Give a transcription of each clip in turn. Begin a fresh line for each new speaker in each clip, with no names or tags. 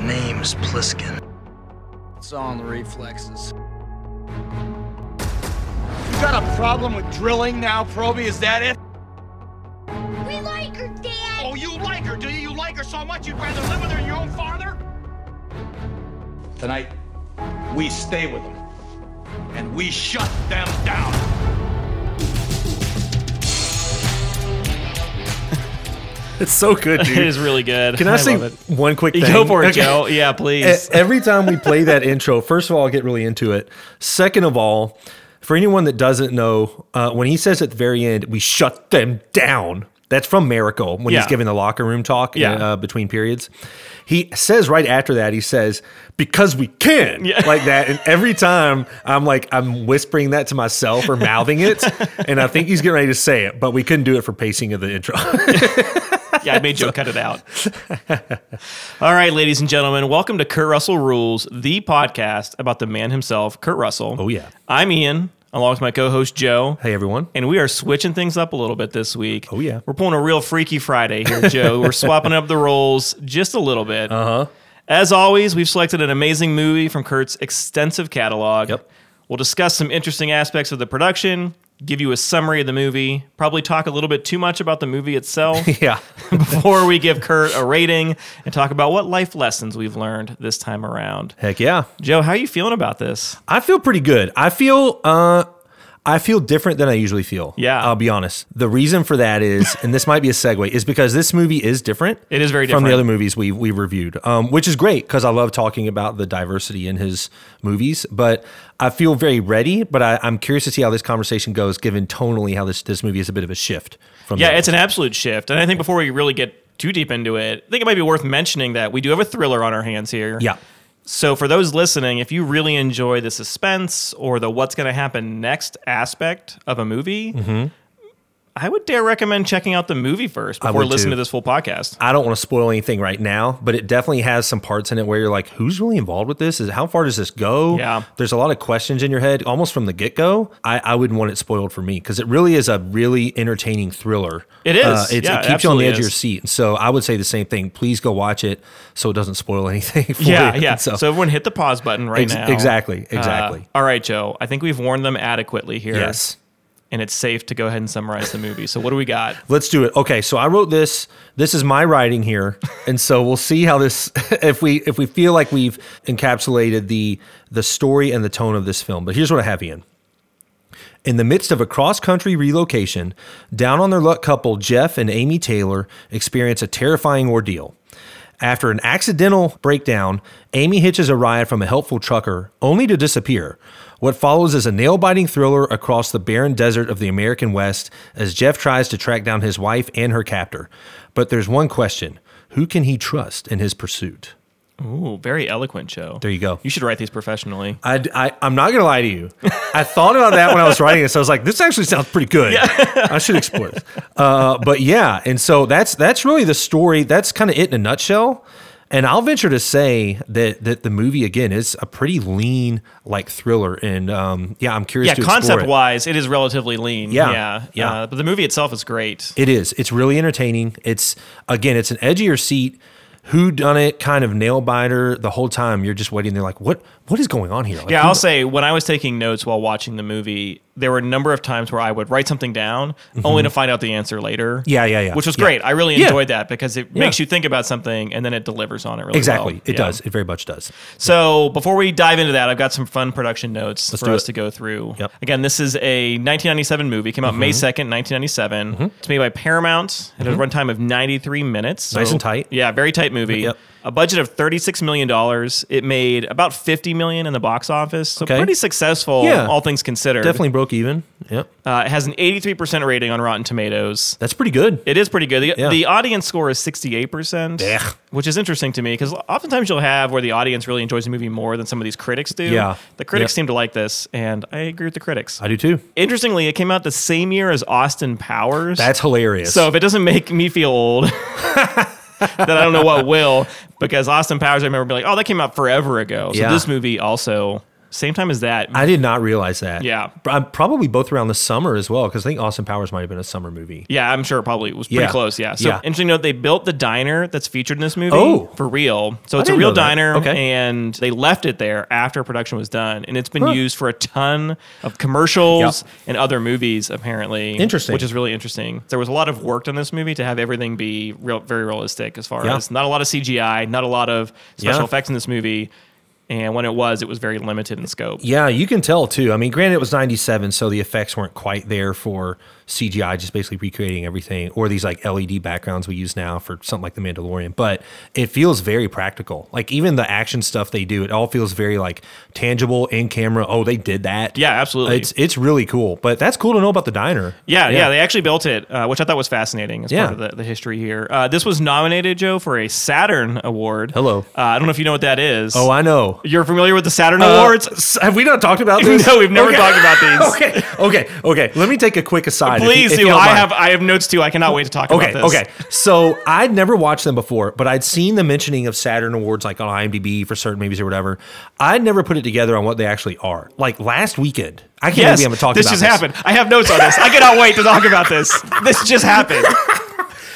name's Pliskin. It's on the reflexes.
You got a problem with drilling now, Proby? Is that it?
We like her, Dad!
Oh, you like her, do you? You like her so much you'd rather live with her than your own father? Tonight, we stay with them. And we shut them down.
It's so good,
It
dude.
is really good.
Can I, say
love it.
one quick thing?
Go for it,
Okay.
Joe. Yeah, please.
E- Every time we play that intro, first of all, I get really into it. Second of all, for anyone that doesn't know, uh, when he says at the very end, we shut them down. That's from Miracle when
Yeah.
he's giving the locker room talk
Yeah.
uh, between periods. He says right after that, he says, because we can, like that. And every time I'm like, I'm whispering that to myself or mouthing it. and I think he's getting ready to say it, but we couldn't do it for pacing of the intro.
yeah, I made Joe cut it out. All right, ladies and gentlemen, welcome to Kurt Russell Rules, the podcast about the man himself, Kurt Russell.
Oh, yeah.
I'm Ian, along with my co-host Joe.
hey, everyone.
And we are switching things up a little bit this week.
Oh, yeah.
We're pulling a real Freaky Friday here, Joe. We're swapping up the roles just a little bit.
Uh-huh.
Uh huh. As always, we've selected an amazing movie from Kurt's extensive catalog.
Yep.
We'll discuss some interesting aspects of the production, give you a summary of the movie, probably talk a little bit too much about the movie itself
Yeah.
before we give Kurt a rating and talk about what life lessons we've learned this time around.
Heck yeah.
Joe, how are you feeling about this?
I feel pretty good. I feel uh I feel different than I usually feel.
Yeah.
I'll be honest. The reason for that is, and this might be a segue, is because this movie is different.
It is very
from
different.
the other movies we we reviewed, um, which is great because I love talking about the diversity in his movies. But I feel very ready. But I, I'm curious to see how this conversation goes, given tonally how this this movie is a bit of a shift from.
Yeah,
the-
it's an absolute shift. And I think before we really get too deep into it, I think it might be worth mentioning that we do have a thriller on our hands here.
yeah.
So for those listening, if you really enjoy the suspense or the what's going to happen next aspect of a movie,
Mm-hmm.
I would dare recommend checking out the movie first before
would too.
listening to this full podcast.
I don't want to spoil anything right now, but it definitely has some parts in it where you're like, who's really involved with this? Is how far does this go?
Yeah.
There's a lot of questions in your head almost from the get go. I, I wouldn't want it spoiled for me because it really is a really entertaining thriller. Uh,
It is.
it,
Yeah,
it
it
keeps you on the
absolutely
edge of
is.
your seat. So I would say the same thing. Please go watch it so it doesn't spoil anything for
Yeah,
you.
yeah. So, everyone hit the pause button right
Ex-
now.
exactly,
Uh,
exactly.
all right, Joe. I think we've warned them adequately here.
yes.
And it's safe to go ahead and summarize the movie. So what do we got?
Let's do it. Okay, so I wrote this. This is my writing here, and so we'll see how this if we if we feel like we've encapsulated the the story and the tone of this film. But here's what I have Ian. In the midst of a cross country relocation, down on their luck couple Jeff and Amy Taylor experience a terrifying ordeal. After an accidental breakdown, Amy hitches a ride from a helpful trucker, only to disappear. What follows is a nail biting thriller across the barren desert of the American West as Jeff tries to track down his wife and her captor. But there's one question who can he trust in his pursuit?
Ooh, very eloquent, Joe.
There you go.
You should write these professionally.
I, I, I'm not going to lie to you. I thought about that when I was writing this. I was like, this actually sounds pretty good. I should explore this. Uh, but yeah, and so that's that's really the story. That's kind of it in a nutshell. And I'll venture to say that that the movie again is a pretty lean like thriller. And um, yeah, I'm curious.
Yeah,
to explore
concept
it.
wise, it is relatively lean.
Yeah,
yeah,
yeah.
Uh, but the movie itself is great.
It is. It's really entertaining. It's again, it's an edgier seat. Who done it? Kind of nail biter the whole time. You're just waiting. They're like, what? What is going on here? Like,
Yeah,
who-
I'll say when I was taking notes while watching the movie, there were a number of times where I would write something down only to find out the answer later.
Mm-hmm. Yeah, yeah, yeah.
Which was
Yeah.
great. I really
Yeah.
enjoyed that because it makes you think about something and then it delivers on it really
Exactly.
well.
It
Yeah.
does. It very much does.
So before we dive into that, I've got some fun production notes for
do
us
it.
to go through.
Yep. Mm-hmm.
Again, this is a 1997 movie. Came out May 2nd, 1997. It's made by Paramount. It has a runtime of 93 minutes.
Nice and tight.
Yeah, very tight movie.
Yep.
A budget of 36 million dollars. It made about 50 million in the box office. So
Okay.
pretty successful,
Yeah.
all things considered.
Definitely broke even. Yep.
Uh, it has an 83% rating on Rotten Tomatoes.
That's pretty good.
It is pretty good. The,
Yeah.
the audience score is 68%,
Yeah.
which is interesting to me because oftentimes you'll have where the audience really enjoys the movie more than some of these critics do.
Yeah.
The critics
Yep.
seem to like this, and I agree with the critics.
I do too.
Interestingly, it came out the same year as Austin Powers.
That's hilarious.
so if it doesn't make me feel old, then I don't know what will because Austin Powers, I remember being like, oh, that came out forever ago. So
Yeah.
this movie also Same time as that.
I did not realize that.
Yeah.
Pr- I'm probably both around the summer as well, because I think Austin Powers might have been a summer movie.
yeah, I'm sure it probably was pretty
Yeah.
close. Yeah. So
Yeah.
interesting note, they built the diner that's featured in this movie
Oh.
for real. So it's a
didn't
real
know that.
diner,
Okay.
and they left it there after production was done, and it's been used for a ton of commercials and other movies apparently.
Interesting.
which is really interesting. There was a lot of work done in this movie to have everything be real, very realistic as far
Yeah.
as not a lot of CGI, not a lot of special
Yeah.
effects in this movie. And when it was, it was very limited in scope.
Yeah, you can tell too. I mean, granted, it was '97, so the effects weren't quite there for CGI, just basically recreating everything, or these like LED backgrounds we use now for something like The Mandalorian. But it feels very practical. Like even the action stuff they do, it all feels very like tangible in camera. Oh, they did that.
Yeah, absolutely.
It's it's really cool. But that's cool to know about the diner.
Yeah, yeah, they actually built it, uh, which I thought was fascinating as
Yeah.
part of the, the history here. Uh, this was nominated, Joe, for a Saturn Award.
Hello.
Uh, I don't know if you know what that is.
oh, I know.
You're familiar with the Saturn
Uh,
Awards?
s- have we not talked about this?
No, we've never
Okay.
talked about these.
okay, okay, okay. Let me take a quick aside. if you-
Please
if you
do.
don't
I
mind.
have I have notes too. I cannot wait to talk
Okay,
about this.
okay. So I'd never watched them before, but I'd seen the mentioning of Saturn Awards like on IMDb for certain movies or whatever. I'd never put it together on what they actually are. Like last weekend, I can't
Yes,
believe we haven't talked
this
about
just
this.
happened. I have notes on this. I cannot wait to talk about this. This just happened.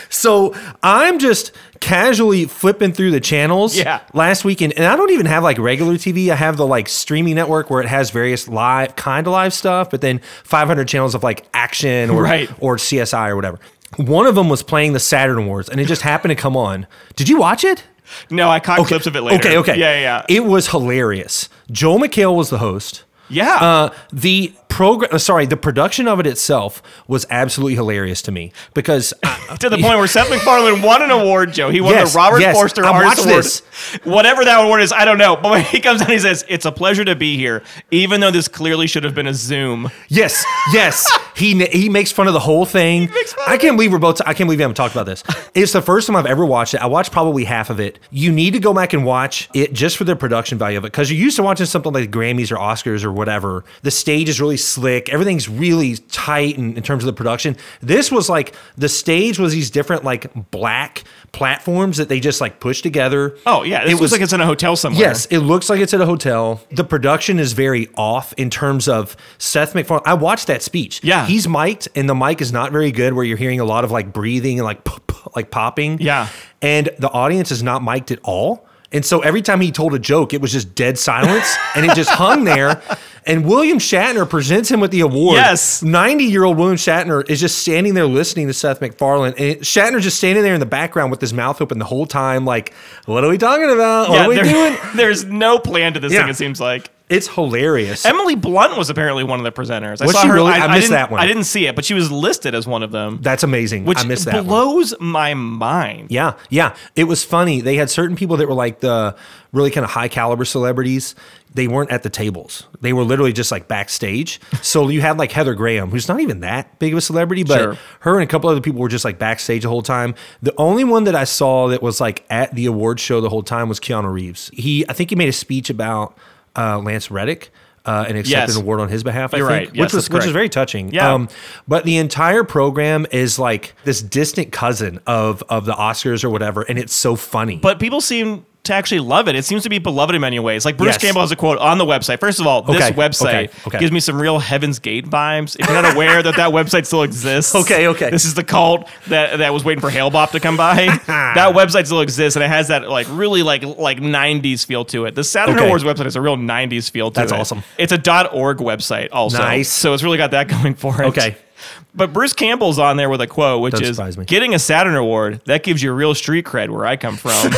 So I'm just casually flipping through the channels
Yeah.
last weekend, and I don't even have like regular TV. I have the like streaming network where it has various live, kind of live stuff, but then 500 channels of like action or
Right.
or CSI or whatever. One of them was playing the Saturn Awards, and it just happened to come on. Did you watch it?
No, I caught clips of it later.
Okay, okay.
Yeah, yeah. yeah.
It was hilarious. Joel McHale was the host.
Yeah.
Uh, the program, sorry, the production of it itself was absolutely hilarious to me because I,
to the point where Seth MacFarlane won an award, Joe. He won
Yes,
the Robert
yes,
Forster
I
Artist
watched
Award.
this.
Whatever that award is, I don't know. But when he comes out, he says, "It's a pleasure to be here, even though this clearly should have been a Zoom."
yes, yes, he n- he makes fun of the whole thing.
makes fun
I
of
can't believe we're both. I can't believe we haven't talked about this. It's the first time I've ever watched it. I watched probably half of it. You need to go back and watch it just for the production value of it because you're used to watching something like Grammys or Oscars or whatever. The stage is really slick. Everything's really tight in, in terms of the production. This was like the stage was these different like black platforms that they just like pushed together.
Oh yeah, this it was like it's in a hotel somewhere.
Yes, it looks like it's at a hotel. The production is very off in terms of Seth MacFarlane. I watched that speech.
Yeah.
he's mic'd, and the mic is not very good. Where you're hearing a lot of like breathing and like pop, pop, like popping.
Yeah.
and the audience is not mic'd at all. And so every time he told a joke, it was just dead silence, and it just hung there. And William Shatner presents him with the award.
Yes.
ninety-year-old William Shatner is just standing there listening to Seth MacFarlane, and Shatner's just standing there in the background with his mouth open the whole time, like, "What are we talking about? What
Yeah,
are we
there-
doing?"
There's no plan to this
Yeah.
thing. It seems like
It's hilarious.
Emily Blunt was apparently one of the presenters. I
Was
saw
she
her.
really? I missed
didn't-
that one.
I didn't see it, but she was listed as one of them.
That's amazing.
which
I missed that. one.
blows my mind.
Yeah, yeah. It was funny. They had certain people that were like the really kind of high caliber celebrities. They weren't at the tables. They were literally just like backstage. So you had like Heather Graham, who's not even that big of a celebrity, but
Sure.
her and a couple other people were just like backstage the whole time. The only one that I saw that was like at the award show the whole time was Keanu Reeves. He, I think he made a speech about uh, Lance Reddick. Uh, and accepted
Yes.
an award on his behalf. I
You're
think,
right.
which
Yes,
was
that's
which was
correct.
very touching. Um,
Yeah.
but the entire program is like this distant cousin of of the Oscars or whatever, and it's so funny.
but people seem to actually love it. It seems to be beloved in many ways. Like Bruce
Yes.
Campbell has a quote on the website. First of all, this
Okay,
website
okay, okay.
gives me some real Heaven's Gate vibes. If you're not aware that that website still exists,
Okay, okay.
this is the cult that that was waiting for Hale Bop to come by. that website still exists, and it has that like really like like '90s feel to it. The Saturn
Okay.
Awards website is a real '90s feel to
That's
it.
awesome.
It's a .org website also,
Nice.
so it's really got that going for it.
Okay.
But Bruce Campbell's on there with a quote, which
Doesn't
is
surprise me.
getting a Saturn Award, that gives you real street cred where I come from.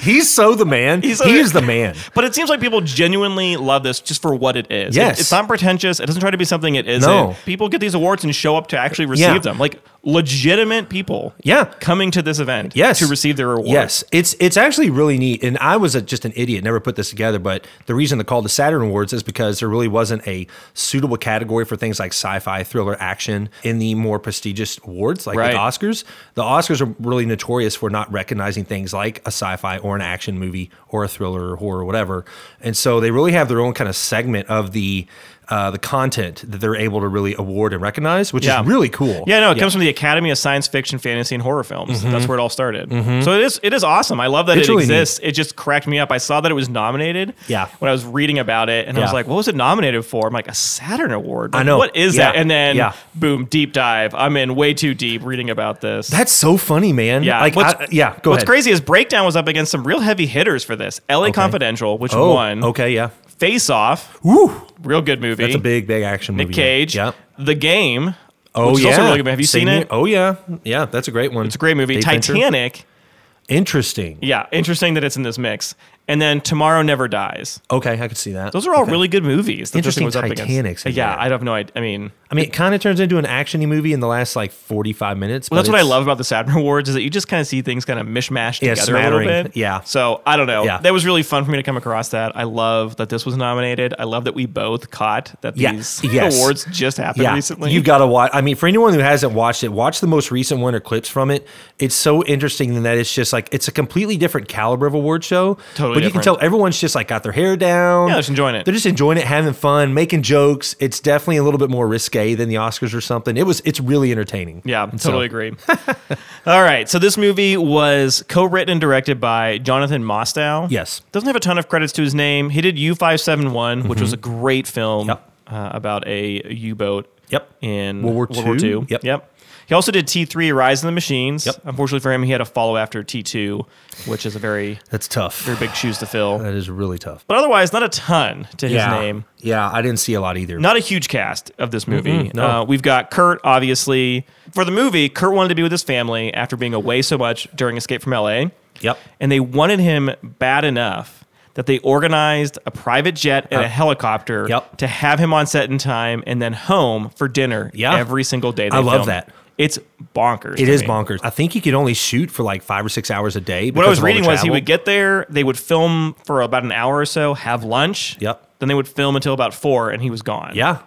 he's so the man.
He's
He's
so-
the man.
But it seems like people genuinely love this just for what it is.
Yes.
It- it's not pretentious. It doesn't try to be something it isn't.
No.
People get these awards and show up to actually receive
Yeah.
them. Like legitimate people
Yeah.
coming to this event
Yes.
to receive their award.
Yes, it's it's actually really neat. And I was a, just an idiot, never put this together. But the reason they called the Saturn Awards is because there really wasn't a suitable category for things like sci-fi, thriller, action in the more prestigious awards like
Right.
the Oscars. The Oscars are really notorious for not recognizing things like a sci-fi or an action movie or a thriller or horror or whatever. And so they really have their own kind of segment of the. uh, the content that they're able to really award and recognize, which
Yeah.
is really cool. Mm-hmm.
Yeah, no, it comes from the Academy of Science Fiction, Fantasy, and Horror Films. That's where it all started. So it is it is awesome. I love that
It's
it
Mm-hmm. really
exists. It just cracked me up. I saw that it was nominated.
Yeah.
When I was reading about it, and I was
Yeah.
like, "What was it nominated for?" I'm like, "A Saturn Award." Like,
know.
What is
Yeah.
that? And then,
Yeah.
boom, deep dive. I'm in way too deep reading about this.
That's so funny, man.
Yeah.
Like,
What's-
I- yeah. Go
What's
ahead.
crazy is Breakdown was up against some real heavy hitters for this. L.A. Confidential, which
Oh,
won.
okay. Yeah.
Face Off,
Woo.
real good movie.
That's a big, big action
Nick
movie.
Cage.
Yeah.
The Game.
Oh
which is
yeah.
also really good. Have you
Same
seen it?
here. Oh yeah. Yeah. That's a great one.
It's a great movie.
Dave Fincher.
Titanic.
Interesting.
Yeah, interesting that it's in this mix. And then Tomorrow Never Dies.
Okay, I could see that.
Those are all really good movies. that this
Interesting
thing was up against.
Titanic's in
Yeah,
there.
I have no idea. I mean,
I mean, it kind of turns into an actiony movie in the last like forty-five minutes.
well, that's
but
what I
it's-
love about the Saturn Awards is that you just kind of see things kind of mishmashed
Yeah,
together a little
smattering.
bit.
Yeah.
So I don't know.
Yeah.
That was really fun for me to come across that. I love that this was nominated. I love that we both caught that
Yeah,
these
yes.
awards just happened recently.
You've got to watch. I mean, for anyone who hasn't watched it, watch the most recent one or clips from it. It's so interesting in that it's just like it's a completely different caliber of award show.
Totally
But you can
different.
tell everyone's just like got their hair down.
Yeah, just enjoying it.
They're just enjoying it, having fun, making jokes. It's definitely a little bit more risque than the Oscars or something. It was. It's really entertaining.
Yeah,
And so-
totally agree. All right, so this movie was co-written and directed by Jonathan Mostow.
Yes.
doesn't have a ton of credits to his name. He did U five seven one, which was a great film
Mm-hmm. Yep.
uh, about a U boat.
Yep.
in
World War II.
II.
Yep.
yep. He also did T three Rise of the Machines.
Yep.
Unfortunately for him, he had to follow after T two, which is a very
That's tough.
very big shoes to fill.
That is really tough.
But otherwise, not a ton to his name
Uh, Yeah, I didn't see a lot either.
not a huge cast of this movie.
no.
uh, we've got Kurt, obviously. For the movie, Kurt wanted to be with his family after being away so much during Escape from LA.
Yep.
And they wanted him bad enough that they organized a private jet and a
Uh,
helicopter
yep.
to have him on set in time and then home for dinner
Yeah.
every single day. They
I love
filmed.
that.
It's bonkers.
It
to
is
me.
bonkers. I think you could only shoot for like five or six hours a day.
What I
because of
was
all the
reading was he
travel.
would get there, they would film for about an hour or so, have lunch.
Yep.
Then they would film until about four and he was gone.
Yeah.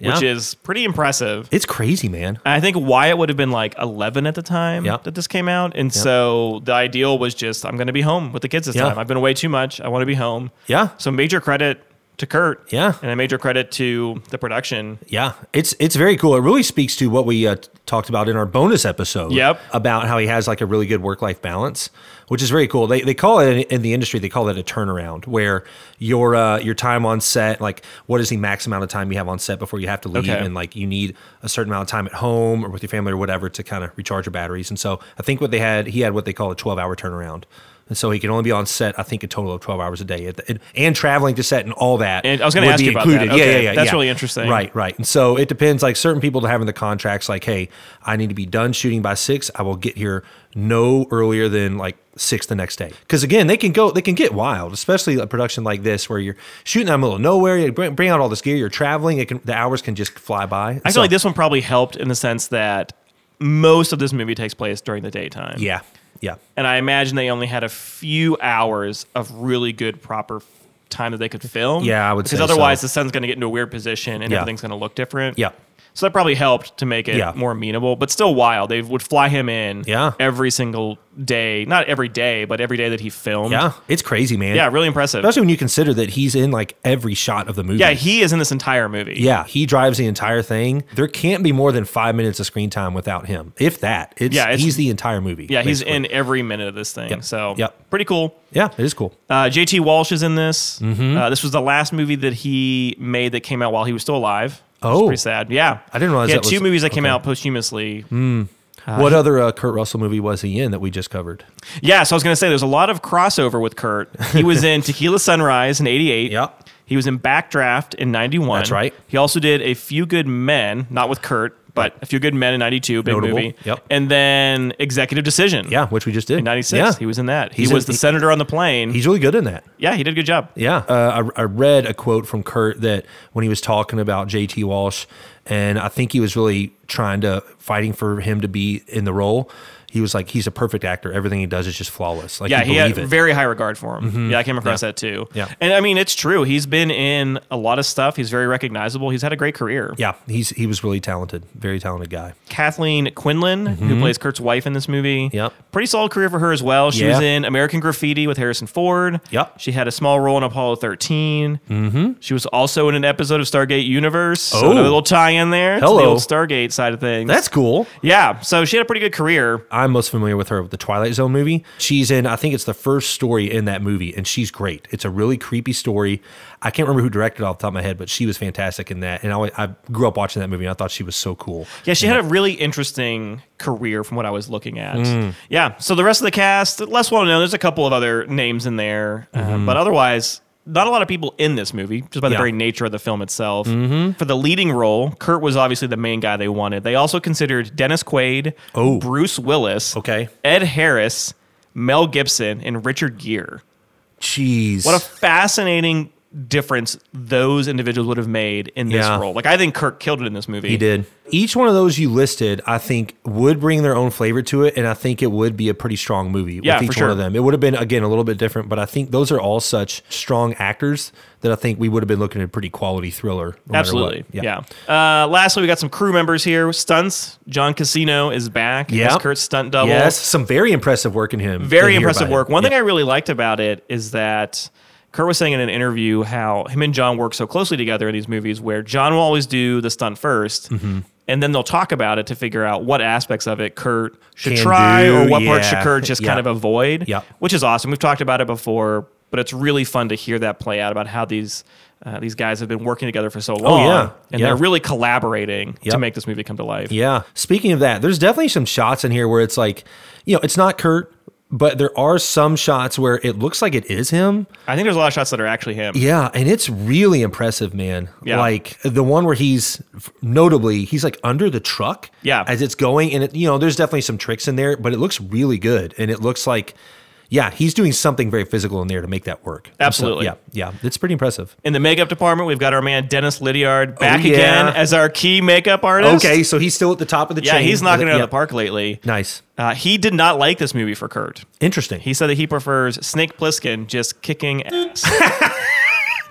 yeah.
Which is pretty impressive.
It's crazy, man.
I think Wyatt would have been like 11 at the time
Yeah.
that this came out. And so the ideal was just, I'm going to be home with the kids this
Yeah.
time. I've been away too much. I want to be home.
Yeah.
So major credit to Kurt.
Yeah.
And a major credit to the production.
Yeah, it's it's very cool. It really speaks to what we uh, t- talked about in our bonus episode.
Yep.
about how he has like a really good work life balance, which is very cool. They, they call it in- in the industry they call it a turnaround, where your uh, your time on set, like what is the max amount of time you have on set before you have to leave,
Okay.
and like you need a certain amount of time at home or with your family or whatever to kind of recharge your batteries. And so I think what they had he had what they call a twelve hour turnaround. And so he can only be on set, I think, a total of twelve hours a day, at the, and, and traveling to set and all that.
And I was gonna
would
ask
be
you about that.
included.
Okay,
Yeah, yeah, yeah.
that's
yeah.
really interesting.
Right, right. And so it depends. Like certain people that have in the contracts, like, hey, I need to be done shooting by six. I will get here no earlier than like six the next day. Because again, they can go, they can get wild, especially a production like this where you're shooting out of the middle of nowhere. You bring, bring out all this gear. You're traveling. It can the hours can just fly by. And
I feel
so-
like this one probably helped in the sense that most of this movie takes place during the daytime.
Yeah, yeah,
And I imagine they only had a few hours of really good, proper time that they could film.
Yeah, I would
Because
say so.
otherwise, the sun's going to get into a weird position and
Yeah.
everything's going to look different.
yeah.
So that probably helped to make it
Yeah.
more amenable, but still wild. They would fly him in
Yeah.
every single day. Not every day, but every day that he filmed.
Yeah, it's crazy, man.
Yeah, really impressive.
Especially when you consider that he's in like every shot of the movie.
yeah, he is in this entire movie.
Yeah, he drives the entire thing. There can't be more than five minutes of screen time without him. If that, it's,
Yeah, it's-
he's the entire movie.
Yeah, he's
basically.
in every minute of this thing.
Yep.
So
Yep.
pretty cool.
Yeah, it is cool.
Uh, JT Walsh is in this.
Mm-hmm.
Uh, this was the last movie that he made that came out while he was still alive. which is
Oh.
pretty sad. Yeah,
I didn't realize
He had
that
two
was-
movies that came
okay.
out posthumously.
what other uh, Kurt Russell movie was he in that we just covered?
Yeah, so I was gonna say there's a lot of crossover with Kurt. He was in Tequila Sunrise in '88.
Yep.
He was in Backdraft in '91.
That's right.
He also did A Few Good Men, not with Kurt, but A Few Good Men in '92, big
Notable.
movie.
Yep.
And then Executive Decision.
Yeah, which we just did.
In '96,
Yeah.
he was in that. He
He's
was
in-
the
he-
senator on the plane.
He's really good in that.
yeah, he did a good job.
Yeah. Uh, I, I read a quote from Kurt that when he was talking about JT Walsh and I think he was really trying to fighting for him to be in the role. He was like, he's a perfect actor. Everything he does is just flawless. Like,
Yeah,
you
he had
believe it. Mm-hmm.
very high regard for him. Yeah, I came across that too.
Yeah.
and I mean it's true. He's been in a lot of stuff. He's very recognizable. He's had a great career.
yeah, he's he was really talented, very talented guy.
Kathleen Quinlan, who plays Kurt's wife in this movie.
Mm-hmm. Yep.
Pretty solid career for her as well. She was
Yeah.
in American Graffiti with Harrison Ford.
Yep.
She had a small role in Apollo 13. Mm-hmm. She was also in an episode of Stargate Universe. So
Oh.
a little tie in there to
Hello.
the old Stargate side of things.
That's cool.
yeah. So she had a pretty good career.
I'm most familiar with her with the Twilight Zone movie. She's in, I think it's the first story in that movie, and she's great. It's a really creepy story. I can't remember who directed it off the top of my head, but she was fantastic in that. And I, always- I grew up watching that movie, and I thought she was so cool.
Yeah, she had a really interesting career from what I was looking at.
Hmm.
Yeah, so the rest of the cast, less well known. There's a couple of other names in there, um, but otherwise, not a lot of people in this movie, just by
Mm-hmm.
the
Yeah. Mm-hmm.
very nature of the film itself. For the leading role, Kurt was obviously the main guy they wanted. They also considered Dennis Quaid,
Oh.
Bruce Willis,
Okay.
Ed Harris, Mel Gibson, and Richard Gere.
Jeez.
What a fascinating difference those individuals would have made in this
Yeah.
role. Like, I think Kirk killed it in this movie.
He did. Each one of those you listed, I think, would bring their own flavor to it, and I think it would be a pretty strong movie
Yeah,
with
for
each
sure.
one of them. It would have been again a little bit different, but I think those are all such strong actors that I think we would have been looking at a pretty quality thriller. no matter what.
Absolutely. Yeah. Uh, lastly, we got some crew members here. Stunts. John Casino is back.
Yeah.
As Kurt's stunt double.
Yes, some very impressive work in him.
Very impressive work. One thing I really liked about it is that Kurt was saying in an interview how him and John work so closely together in these movies where John will always do the stunt 1st
Mm-hmm.
And then they'll talk about it to figure out what aspects of it Kurt should
Can
try
do,
or what parts should
yeah.
Kurt just kind
Yeah.
of avoid,
Yeah.
which is awesome. We've talked about it before, but it's really fun to hear that play out about how these uh, these guys have been working together for so long,
Oh, yeah.
and
Yeah.
they're really collaborating to
Yep.
make this movie come to life.
Yeah. Speaking of that, there's definitely some shots in here where it's like, you know, it's not Kurt, but there are some shots where it looks like it is him.
I think there's a lot of shots that are actually him.
Yeah, and it's really impressive, man.
Yeah.
Like the one where he's notably he's like under the truck.
Yeah.
As it's going, and it, you know, there's definitely some tricks in there, but it looks really good, and it looks like. Yeah, he's doing something very physical in there to make that work. And so,
Absolutely.
yeah, yeah, it's pretty impressive.
In the makeup department, we've got our man Dennis Lydiard back
Oh, yeah.
again as our key makeup artist.
Okay, so he's still at the top of the
Yeah,
chain.
he's knocking it out
Yeah.
of the park lately.
Nice,
Uh, he did not like this movie for Kurt.
interesting.
He said that he prefers Snake Plissken just kicking ass.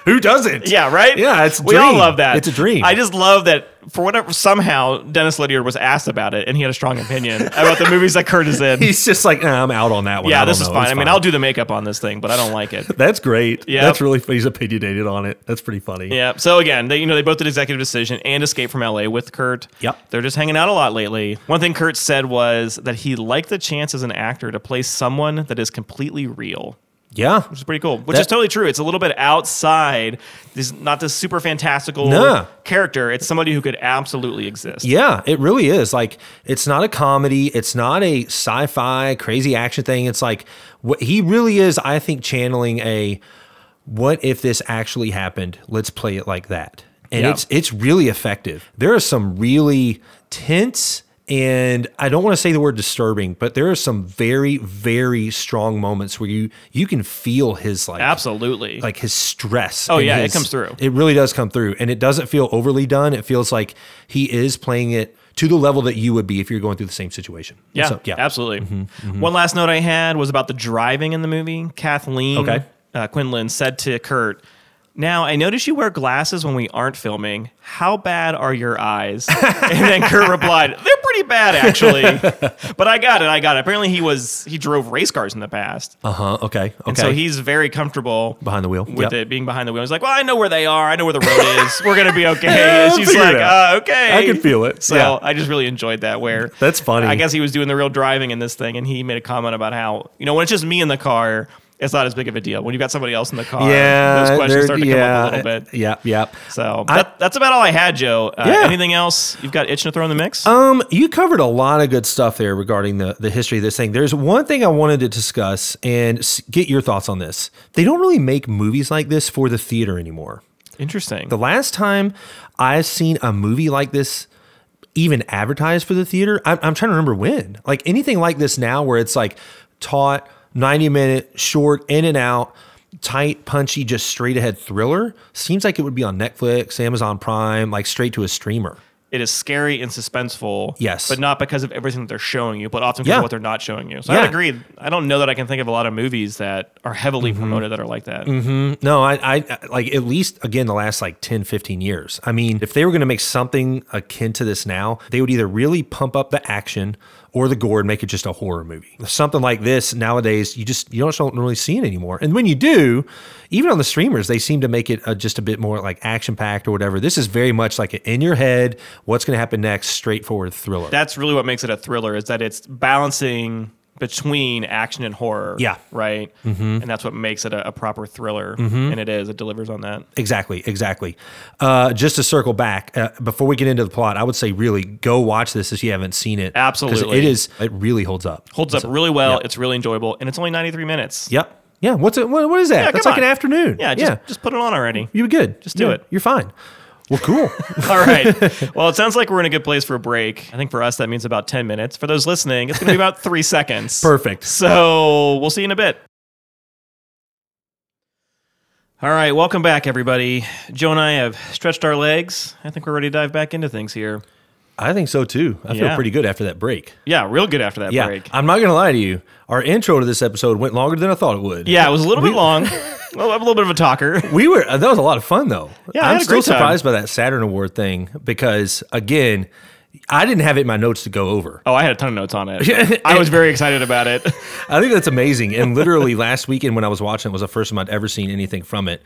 Who doesn't?
yeah, right?
Yeah, it's a
We all
dream.
love that.
It's a dream.
I just love that for whatever, somehow Dennis Lydiard was asked about it and he had a strong opinion about the movies that Kurt is in.
He's just like, nah, I'm out on that one. I
yeah,
don't
this is
know.
fine.
It's
I mean, I'll do the makeup on this thing, but I don't like it.
That's great.
Yep.
that's really. He's opinionated on it. That's pretty funny.
Yeah. So again, they you know they both did executive decision and escape from LA with Kurt.
Yep.
They're just hanging out a lot lately. One thing Kurt said was that he liked the chance as an actor to play someone that is completely real.
yeah.
Which is pretty cool. Which is
That-
totally true. It's a little bit outside. This not this super fantastical
Nah.
character. It's somebody who could absolutely exist.
Yeah, it really is. Like, it's not a comedy. It's not a sci-fi crazy action thing. It's like what he really is. I think channeling a what if this actually happened? Let's play it like that, and
Yeah.
it's it's really effective. There are some really tense. And I don't want to say the word disturbing, but there are some very, very strong moments where you you can feel his like
Absolutely.
like his stress.
Oh,
and
yeah, it
his-
comes through.
It really does come through, and it doesn't feel overly done. It feels like he is playing it to the level that you would be if you're going through the same situation. And
Yeah,
so, yeah, Mm-hmm,
absolutely. One last note I had was about the driving in the movie. Kathleen
Okay.
uh, Quinlan said to Kurt, "Now I notice you wear glasses when we aren't filming. How bad are your eyes?" and then Kurt replied, "They're pretty bad, actually. but I got it. I got it. Apparently, he was he drove race cars in the past,
Uh huh. Okay. Okay.
and so he's very comfortable
behind the wheel
with
Yep.
it being behind the wheel. He's like, "Well, I know where they are. I know where the road is. We're gonna be okay." And
I'll
she's
figure it
like,
out.
uh, "Okay,
I can feel it.
So uh,
Yeah.
I just really enjoyed that. Where
That's funny.
I guess he was doing the real driving in this thing, and he made a comment about how you know when it's just me in the car, it's not as big of a deal. When you've got somebody else in the car,
Yeah.
those questions
there-
start to
yeah,
come up a little bit.
Yeah. Yeah.
So
I-
that, that's about all I had, Joe. Uh,
Yeah.
Anything else you've got itching to throw in the mix?
Um, you covered a lot of good stuff there regarding the the history of this thing. There's one thing I wanted to discuss and s- get your thoughts on this. They don't really make movies like this for the theater anymore.
Interesting.
The last time I've seen a movie like this even advertised for the theater, I'm, I'm trying to remember when. Like anything like this now, where it's like taut, 90 minute, short, in and out, tight, punchy, just straight ahead thriller, seems like it would be on Netflix, Amazon Prime, like straight to a streamer.
It is scary and suspenseful.
Yes.
But not because of everything that they're showing you, but often because
Yeah.
of what they're not showing you. So I
Yeah.
would agree. I don't know that I can think of a lot of movies that are heavily
Mm-hmm.
promoted that are like that.
No, I, I like at least again the last like 10, 15 years. I mean, if they were going to make something akin to this now, they would either really pump up the action or the gore and make it just a horror movie. Something like this nowadays, you just you don't, don't really see it anymore. And when you do, even on the streamers, they seem to make it uh just a bit more like action packed or whatever. This is very much like in your head, what's going to happen next, straightforward thriller.
That's really what makes it a thriller is that it's balancing between action and horror.
Yeah. Mm-hmm.
Right. And that's what makes it a, a proper thriller. And it is. It delivers on that.
Exactly, exactly. Uh, just to circle back, uh, before we get into the plot, I would say really go watch this if you haven't seen it. 'Cause
Absolutely.
it is. It really holds up.
Holds up really well. It's really enjoyable. And it's only 93 minutes.
Yep. Yeah. What's it? What, what is that?
Yeah,
That's
come
like
on.
an afternoon.
Yeah. Just,
yeah.
just put it on already.
You were good.
just do
Yeah,
it.
You're fine. Well, cool.
All right. Well, it sounds like we're in a good place for a break. I think for us, that means about 10 minutes. For those listening, it's going to be about three seconds.
Perfect.
So we'll see you in a bit. All right. Welcome back, everybody. Joe and I have stretched our legs. I think we're ready to dive back into things here.
I think so too. I feel
Yeah.
pretty good after that break.
Yeah. Real good after that
Yeah.
break.
I'm not gonna lie to you. Our intro to this episode went longer than I thought it would.
Yeah. It was a little bit long. Well, I'm a little bit of a talker.
We were that was a lot of fun though.
Yeah, I
I'm
had a
still
great time.
surprised by that Saturn Award thing because again, I didn't have it in my notes to go over.
Oh, I had a ton of notes on it. I was very excited about it.
I think that's amazing. And literally last weekend when I was watching it was the first time I'd ever seen anything from it.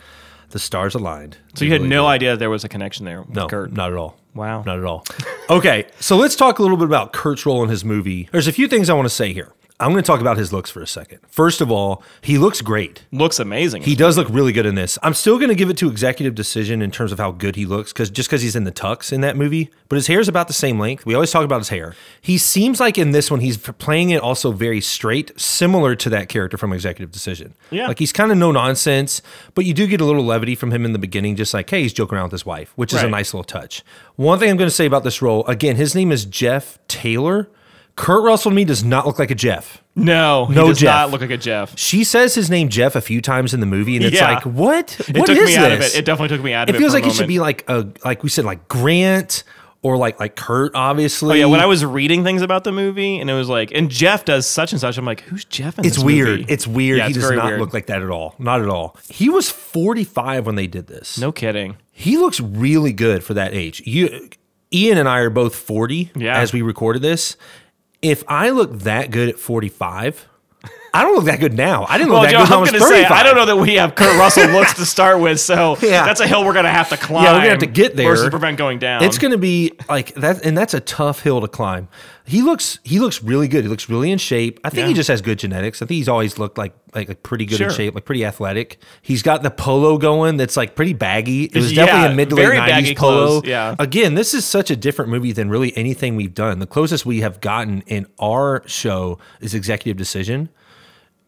The stars aligned.
So you had no idea there was a connection there with
No,
Kurt.
not at all.
Wow.
Not at all. Okay, so let's talk a little bit about Kurt's role in his movie. There's a few things I want to say here. I'm going to talk about his looks for a second. First of all, he looks great.
Looks amazing.
He does look really good in this. I'm still going to give it to executive decision in terms of how good he looks, because just because he's in the tux in that movie, but his hair is about the same length. We always talk about his hair. He seems like in this one he's f- playing it also very straight, similar to that character from Executive Decision.
Yeah.
like he's kind of no nonsense, but you do get a little levity from him in the beginning, just like hey, he's joking around with his wife, which is a
Right.
nice little touch. One thing I'm going to say about this role again, his name is Jeff Taylor. Kurt Russell to me does not look like a Jeff.
no, he
No
does
Jeff.
not look like a Jeff.
She says his name Jeff a few times in the movie, and it's
Yeah.
like, what?
It
What
took
is
me out of
this?
it. It definitely took me out of
It
it.
feels
for a
like it should
moment.
be like a like we said like Grant or like like Kurt, obviously.
Oh yeah, when I was reading things about the movie, and it was like, and Jeff does such and such. I'm like, who's Jeff in
it's
this
weird.
movie?
It's weird.
Yeah,
he
it's
does
very
not
weird.
look like that at all. Not at all. He was 45 when they did this.
No kidding.
He looks really good for that age. You Ian and I are both 40
Yeah.
as we recorded this. If I look that good at 45, I don't look that good now. I didn't look
Well,
that
Joe,
good when I
I'm
was
gonna say
35.
I don't know that we have Kurt Russell looks to start with, so
Yeah.
that's a hill we're gonna have to climb.
Yeah, we're gonna have to get there.
versus prevent going down.
It's going to be like that, and that's a tough hill to climb. He looks he looks really good. He looks really in shape. I think he
Yeah.
just has good genetics. I think he's always looked like like, like pretty good in
Sure.
shape, like pretty athletic. He's got the polo going that's like pretty baggy. It was
Yeah,
definitely a mid to late
very baggy
nineties polo.
clothes, yeah.
Again, this is such a different movie than really anything we've done. The closest we have gotten in our show is Executive Decision,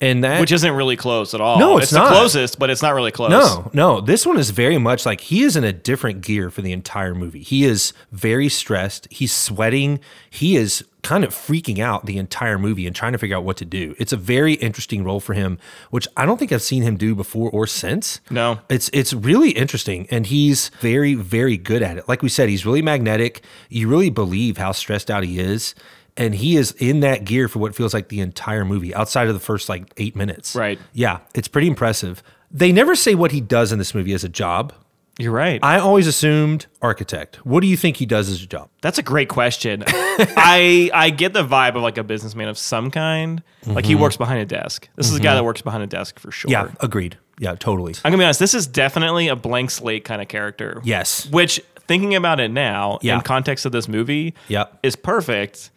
and that
which isn't really close at all.
No, it's not.
the closest, but it's not really close.
No, no. This one is very much like he is in a different gear for the entire movie. He is very stressed. He's sweating. He is kind of freaking out the entire movie and trying to figure out what to do. It's a very interesting role for him, which I don't think I've seen him do before or since.
No.
It's it's really interesting and he's very very good at it. Like we said, he's really magnetic. You really believe how stressed out he is. And he is in that gear for what feels like the entire movie outside of the first like 8 minutes.
Right.
Yeah, it's pretty impressive. They never say what he does in this movie as a job.
you're right.
I always assumed architect. What do you think he does as a job?
That's a great question. I I get the vibe of like a businessman of some kind. Like he works behind a desk. This is a guy that works behind a desk for sure.
Mm-hmm. Yeah, agreed. Yeah, totally.
I'm gonna be honest. This is definitely a blank slate kind of character.
Yes.
Which, thinking about it now,
Yeah.
in context of this movie,
Yep. Mm-hmm.
is perfect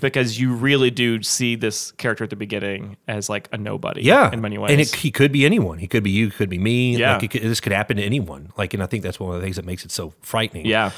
because you really do see this character at the beginning as like a nobody.
Yeah,
In many ways.
and it, he could be anyone. He could be you. Could be me.
Yeah.
like it could, this could happen to anyone. Like, and I think that's one of the things that makes it so frightening.
yeah.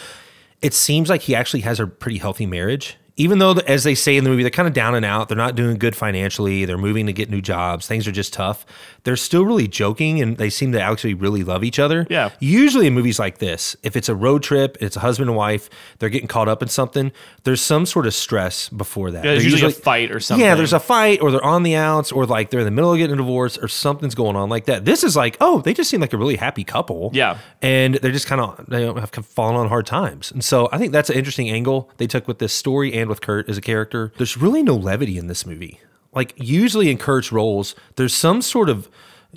it seems like he actually has a pretty healthy marriage, even though, the- as they say in the movie, they're kind of down and out. They're not doing good financially. They're moving to get new jobs. Things are just tough. They're still really joking, and they seem to actually really love each other.
Yeah.
Usually in movies like this, if it's a road trip, it's a husband and wife, they're getting caught up in something. There's some sort of stress before that.
Yeah, there's
They're
usually a fight or something.
Yeah, there's a fight, or they're on the outs, or like they're in the middle of getting a divorce, or something's going on like that. This is like, oh, they just seem like a really happy couple.
Yeah.
and they're just kind of they have fallen on hard times, and so I think that's an interesting angle they took with this story and with Kurt as a character. There's really no levity in this movie. Like usually in Kurt's roles, there's some sort of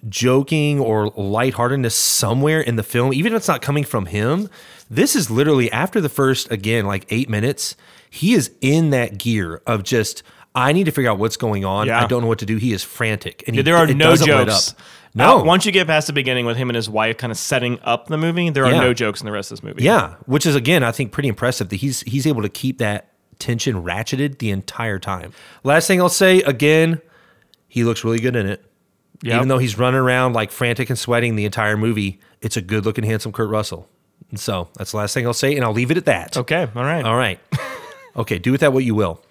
joking or lightheartedness somewhere in the film, even if it's not coming from him. This is literally after the first, again, like eight minutes, he is in that gear of just, I need to figure out what's going on.
Yeah.
I don't know what to do. He is frantic. And
Yeah,
he,
there are
it
no
doesn't let
jokes.
up. No.
Uh, once you get past the beginning with him and his wife kind of setting up the movie, there are
Yeah.
no jokes in the rest of this movie.
yeah. Which is, again, I think pretty impressive that he's, he's able to keep that tension ratcheted the entire time. Last thing I'll say, again, he looks really good in it.
Yep.
Even though he's running around like frantic and sweating the entire movie, it's a good looking, handsome Kurt Russell. And so that's the last thing I'll say, and I'll leave it at that.
Okay. All right.
All right. Okay, do with that what you will.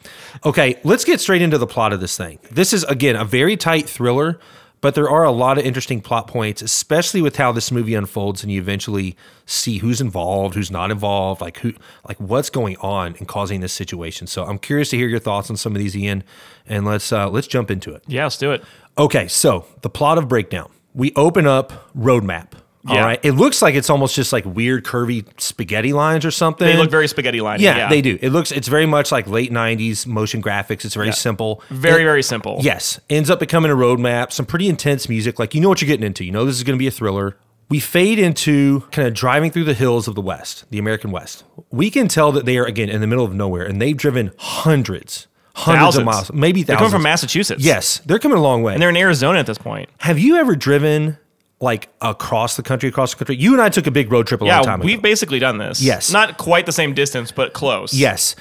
Okay, let's get straight into the plot of this thing. This is, again, a very tight thriller, but there are a lot of interesting plot points, especially with how this movie unfolds and you eventually see who's involved, who's not involved, like who like what's going on and causing this situation. So I'm curious to hear your thoughts on some of these, Ian, and let's uh let's jump into it.
Yeah, let's do it.
Okay, so the plot of Breakdown. We open up Roadmap. All right,
Yeah.
It looks like it's almost just like weird curvy spaghetti lines or something.
They look very spaghetti lined.
yeah, they do. It looks it's very much like late 90s motion graphics. It's very
Yeah.
simple.
Very,
It-
very simple.
Yes. Ends up becoming a roadmap, some pretty intense music. Like, you know what you're getting into. You know this is going to be a thriller. We fade into kind of driving through the hills of the West, the American West. We can tell that they are, again, in the middle of nowhere, and they've driven hundreds, hundreds
Thousands.
of miles, maybe
They're
thousands.
coming from Massachusetts.
Yes. They're coming a long way.
And they're in Arizona at this point.
Have you ever driven like across the country, across the country? You and I took a big road trip a long
Yeah,
time ago.
we've basically done this.
Yes.
Not quite the same distance, but close.
Yes.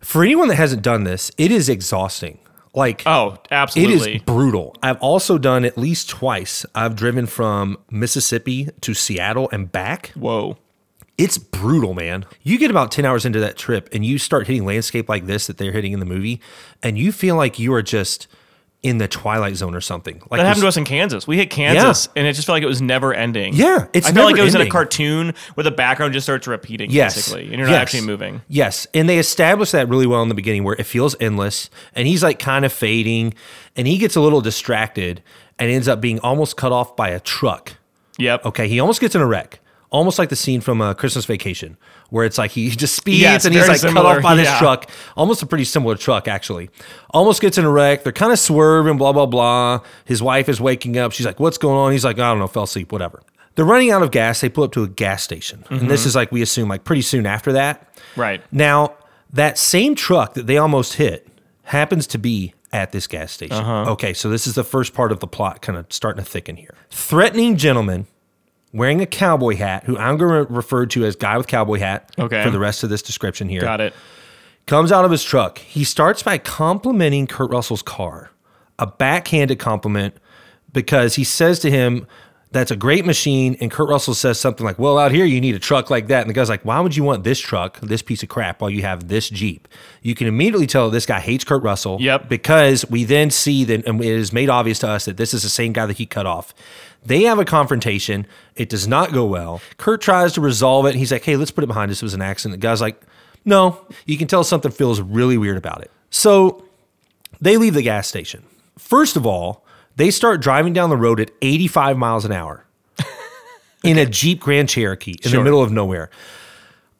For anyone that hasn't done this, it is exhausting. Like,
Oh,
it
absolutely.
is brutal. I've also done at least twice. I've driven from Mississippi to Seattle and back.
Whoa.
It's brutal, man. You get about 10 hours into that trip and you start hitting landscape like this that they're hitting in the movie, and you feel like you are just in the Twilight Zone or something. Like
That
this-
happened to us in Kansas. We hit Kansas, and it just felt like it was never ending.
Yeah, it's
I felt like
never
it was in a
ending.
cartoon where the background just starts repeating,
Yes.
basically, and you're not
Yes.
actually moving.
Yes. And they establish that really well in the beginning where it feels endless and he's like kind of fading and he gets a little distracted and ends up being almost cut off by a truck.
Yep.
Okay. He almost gets in a wreck. Almost like the scene from uh, Christmas Vacation, where it's like he just speeds
Yes,
and he's
very
like cut
similar.
off by this
Yeah.
truck. Almost a pretty similar truck, actually. Almost gets in a wreck. They're kind of swerving, blah, blah, blah. His wife is waking up. She's like, What's going on? He's like, I don't know, fell asleep, whatever. They're running out of gas. They pull up to a gas station. And
Mm-hmm.
this is like, we assume, like pretty soon after that.
Right.
Now, that same truck that they almost hit happens to be at this gas station.
Uh-huh.
Okay, so this is the first part of the plot kind of starting to thicken here. Threatening gentleman wearing a cowboy hat, who I'm going to refer to as guy with cowboy hat
Okay.
for the rest of this description here
Got it.
comes out of his truck. He starts by complimenting Kurt Russell's car, a backhanded compliment, because he says to him, That's a great machine. And Kurt Russell says something like, Well, out here, you need a truck like that. And the guy's like, Why would you want this truck, this piece of crap, while you have this Jeep? You can immediately tell this guy hates Kurt Russell.
Yep.
Because we then see that, and it is made obvious to us that this is the same guy that he cut off. They have a confrontation. It does not go well. Kurt tries to resolve it. And he's like, Hey, let's put it behind us. It was an accident. The guy's like, no, you can tell something feels really weird about it. So they leave the gas station. First of all, they start driving down the road at 85 miles an hour in a Jeep Grand Cherokee in
Sure.
the middle of nowhere.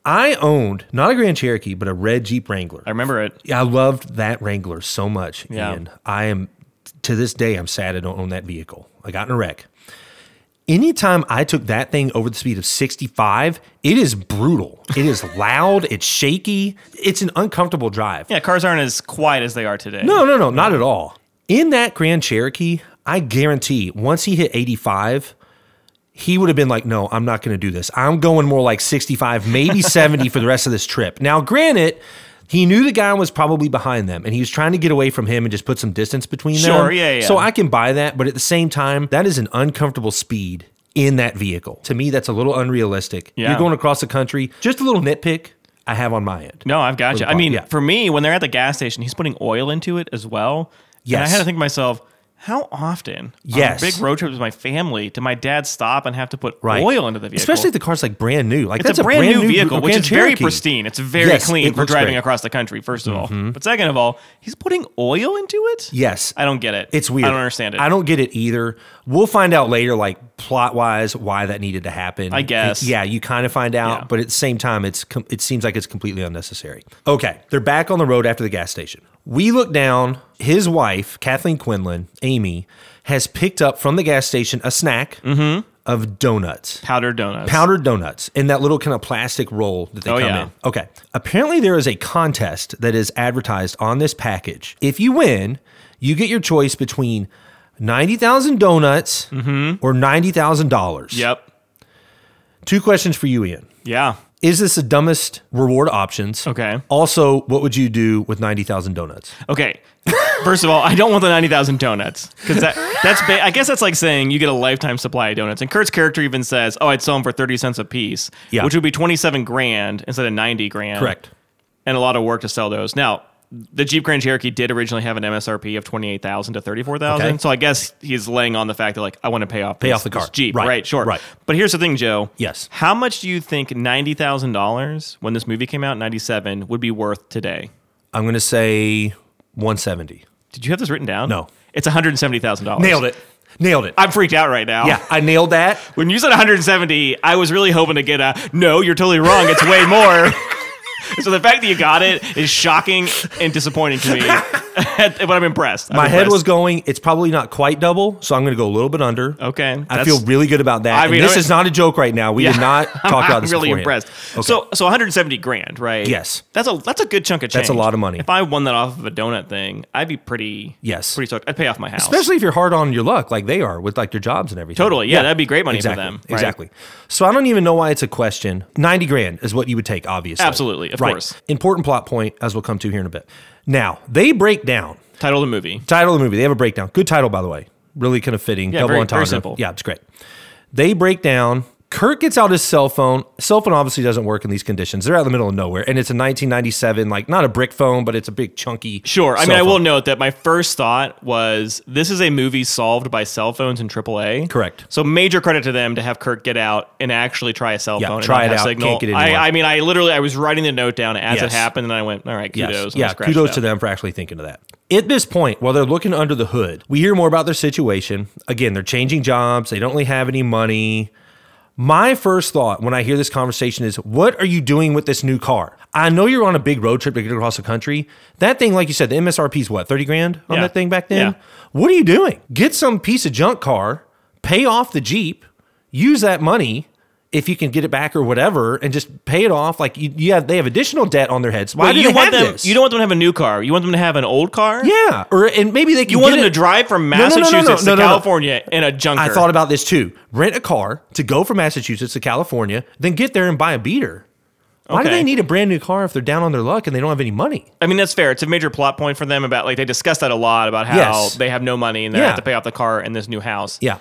I owned not a Grand Cherokee, but a red Jeep Wrangler.
I remember it.
I loved that Wrangler so much.
Yeah.
Ian. I am to this day I'm sad I don't own that vehicle. I got in a wreck. Anytime I took that thing over the speed of 65, it is brutal. It is loud, it's shaky, it's an uncomfortable drive.
Yeah, cars aren't as quiet as they are today.
No, no, no, not at all. In that Grand Cherokee, I guarantee once he hit 85, he would have been like, no, I'm not going to do this. I'm going more like 65, maybe 70 for the rest of this trip. Now, granted, he knew the guy was probably behind them and he was trying to get away from him and just put some distance between them.
Sure, yeah, yeah.
So I can buy that. But at the same time, that is an uncomfortable speed in that vehicle. To me, that's a little unrealistic.
Yeah.
You're going across the country. Just a little nitpick. I have on my end.
No, I've got
the
you. I
bottle,
mean,
yeah.
for me, when they're at the gas station, he's putting oil into it as well. And I
Yes.
had to think to myself, how often
Yes.
on big road trips with my family do my dad stop and have to put
Right.
oil into the vehicle?
Especially if the car's like brand new. Like
it's
that's
a brand, new
new
vehicle, which
Grand
is very
Cherokee.
pristine. It's very
Yes,
clean
it
for
looks
driving
great. Mm-hmm.
across the country, first of all. But second of all, he's putting oil into it?
Yes.
I don't get it.
It's weird.
I don't understand it.
I don't get it either. We'll find out later, like plot wise, why that needed to happen.
I guess.
Yeah, you kind of find out,
Yeah.
but at the same time, it's com- it seems like it's completely unnecessary. Okay, they're back on the road after the gas station. We look down. His wife, Kathleen Quinlan, Amy, has picked up from the gas station a snack
Mm-hmm.
of donuts.
Powdered donuts.
Powdered donuts in that little kind of plastic roll that they
Oh,
come
yeah.
in. Okay. Apparently, there is a contest that is advertised on this package. If you win, you get your choice between 90,000 donuts or $90,000.
Mm-hmm. Yep.
Two questions for you, Ian.
Yeah.
Is this the dumbest reward options?
Okay. Oh.
Also, what would you do with 90,000 donuts?
Okay. First of all, I don't want the 90,000 donuts because that, that's, ba- I guess that's like saying you get a lifetime supply of donuts. And Kurt's character even says, oh, I'd sell them for 30 cents a piece,
Yeah.
which would be 27 grand instead of 90 grand. And a lot of work to sell those. Now, the Jeep Grand Cherokee did originally have an MSRP of 28,000 to 34,000.
Okay.
So I guess he's laying on the fact that like, I want to pay off,
Pay
this-
off the
this
car.
Jeep.
Right.
Right. Sure.
Right.
But here's the thing, Joe.
Yes.
How much do you think $90,000 when this movie came out in 97 would be worth today?
I'm going to say 170.
Did you have this written down?
No.
It's one hundred seventy thousand dollars.
Nailed it. Nailed it.
I'm freaked out right now.
yeah, I nailed that.
When you said one hundred seventy, I was really hoping to get a no. You're totally wrong. It's way more. so the fact that you got it is shocking and disappointing to me. but I'm impressed. I'm
My head
impressed.
was going. It's probably not quite double, so I'm going to go a little bit under.
Okay,
I
that's-
feel really good about that.
I
And
mean,
this
I-
is not a joke right now. We did not talk about this.
I'm really
beforehand.
impressed.
Okay.
So so 170 grand, right?
Yes.
That's a that's a good chunk of change.
That's a lot of money.
If I won that off of a donut thing, I'd be pretty
Yes.
pretty stoked. I'd pay off my house.
especially if you're hard on your luck, like they are with like their jobs and everything.
Totally. Yeah, that'd be great money for
exactly.
them, right?
Exactly. So I don't even know why it's a question. Ninety grand is what you would take, obviously.
Absolutely, of
Right.
course.
Important plot point, as we'll come to here in a bit. Now they break down.
title of the movie.
Title of the movie. They have a breakdown. Good title, by the way. Really kind of fitting.
Yeah,
Double
very- very
entendre.
simple.
Yeah, it's great. They break down. Kurt gets out his cell phone. Cell phone obviously doesn't work in these conditions. They're out in the middle of nowhere, and it's a 1997, like not a brick phone, but it's a big chunky.
Sure. I
cell
mean, I will
phone.
note that my first thought was this is a movie solved by cell phones and AAA.
Correct.
So major credit to them to have Kirk get out and actually try a cell
Yeah,
phone.
try
and
it
not have
out.
Signal.
Can't get
I,
anywhere.
I mean, I literally I was writing the note down as
Yes.
it happened, and I went, "All right,
Yes.
kudos." and I
Yeah,
scratched
kudos
it
to
out.
them for actually thinking of that. At this point, while they're looking under the hood, we hear more about their situation. Again, they're changing jobs. They don't really have any money. My first thought when I hear this conversation is, what are you doing with this new car? I know you're on a big road trip to get across the country. That thing, like you said, the MSRP is what, 30 grand on
Yeah.
that thing back then?
Yeah.
What are you doing? Get some piece of junk car, pay off the Jeep, use that money if you can get it back or whatever, and just pay it off. Like you, you have, they have additional debt on their heads. Why
Wait,
do
you
they
want
have
them?
this?
You don't want them to have a new car. You want them to have an old car.
Yeah, or and maybe they can
You want
get
them
it-
to drive from
No, no, no, no,
Massachusetts
no,
to
no, no.
California in a junker.
I thought about this too. Rent a car to go from Massachusetts to California, then get there and buy a beater. Why do
Okay.
they need a brand new car if they're down on their luck and they don't have any money?
I mean, that's fair. It's a major plot point for them about like they discuss that a lot about how
Yes.
they have no money and they
Yeah.
have to pay off the car in this new house.
Yeah.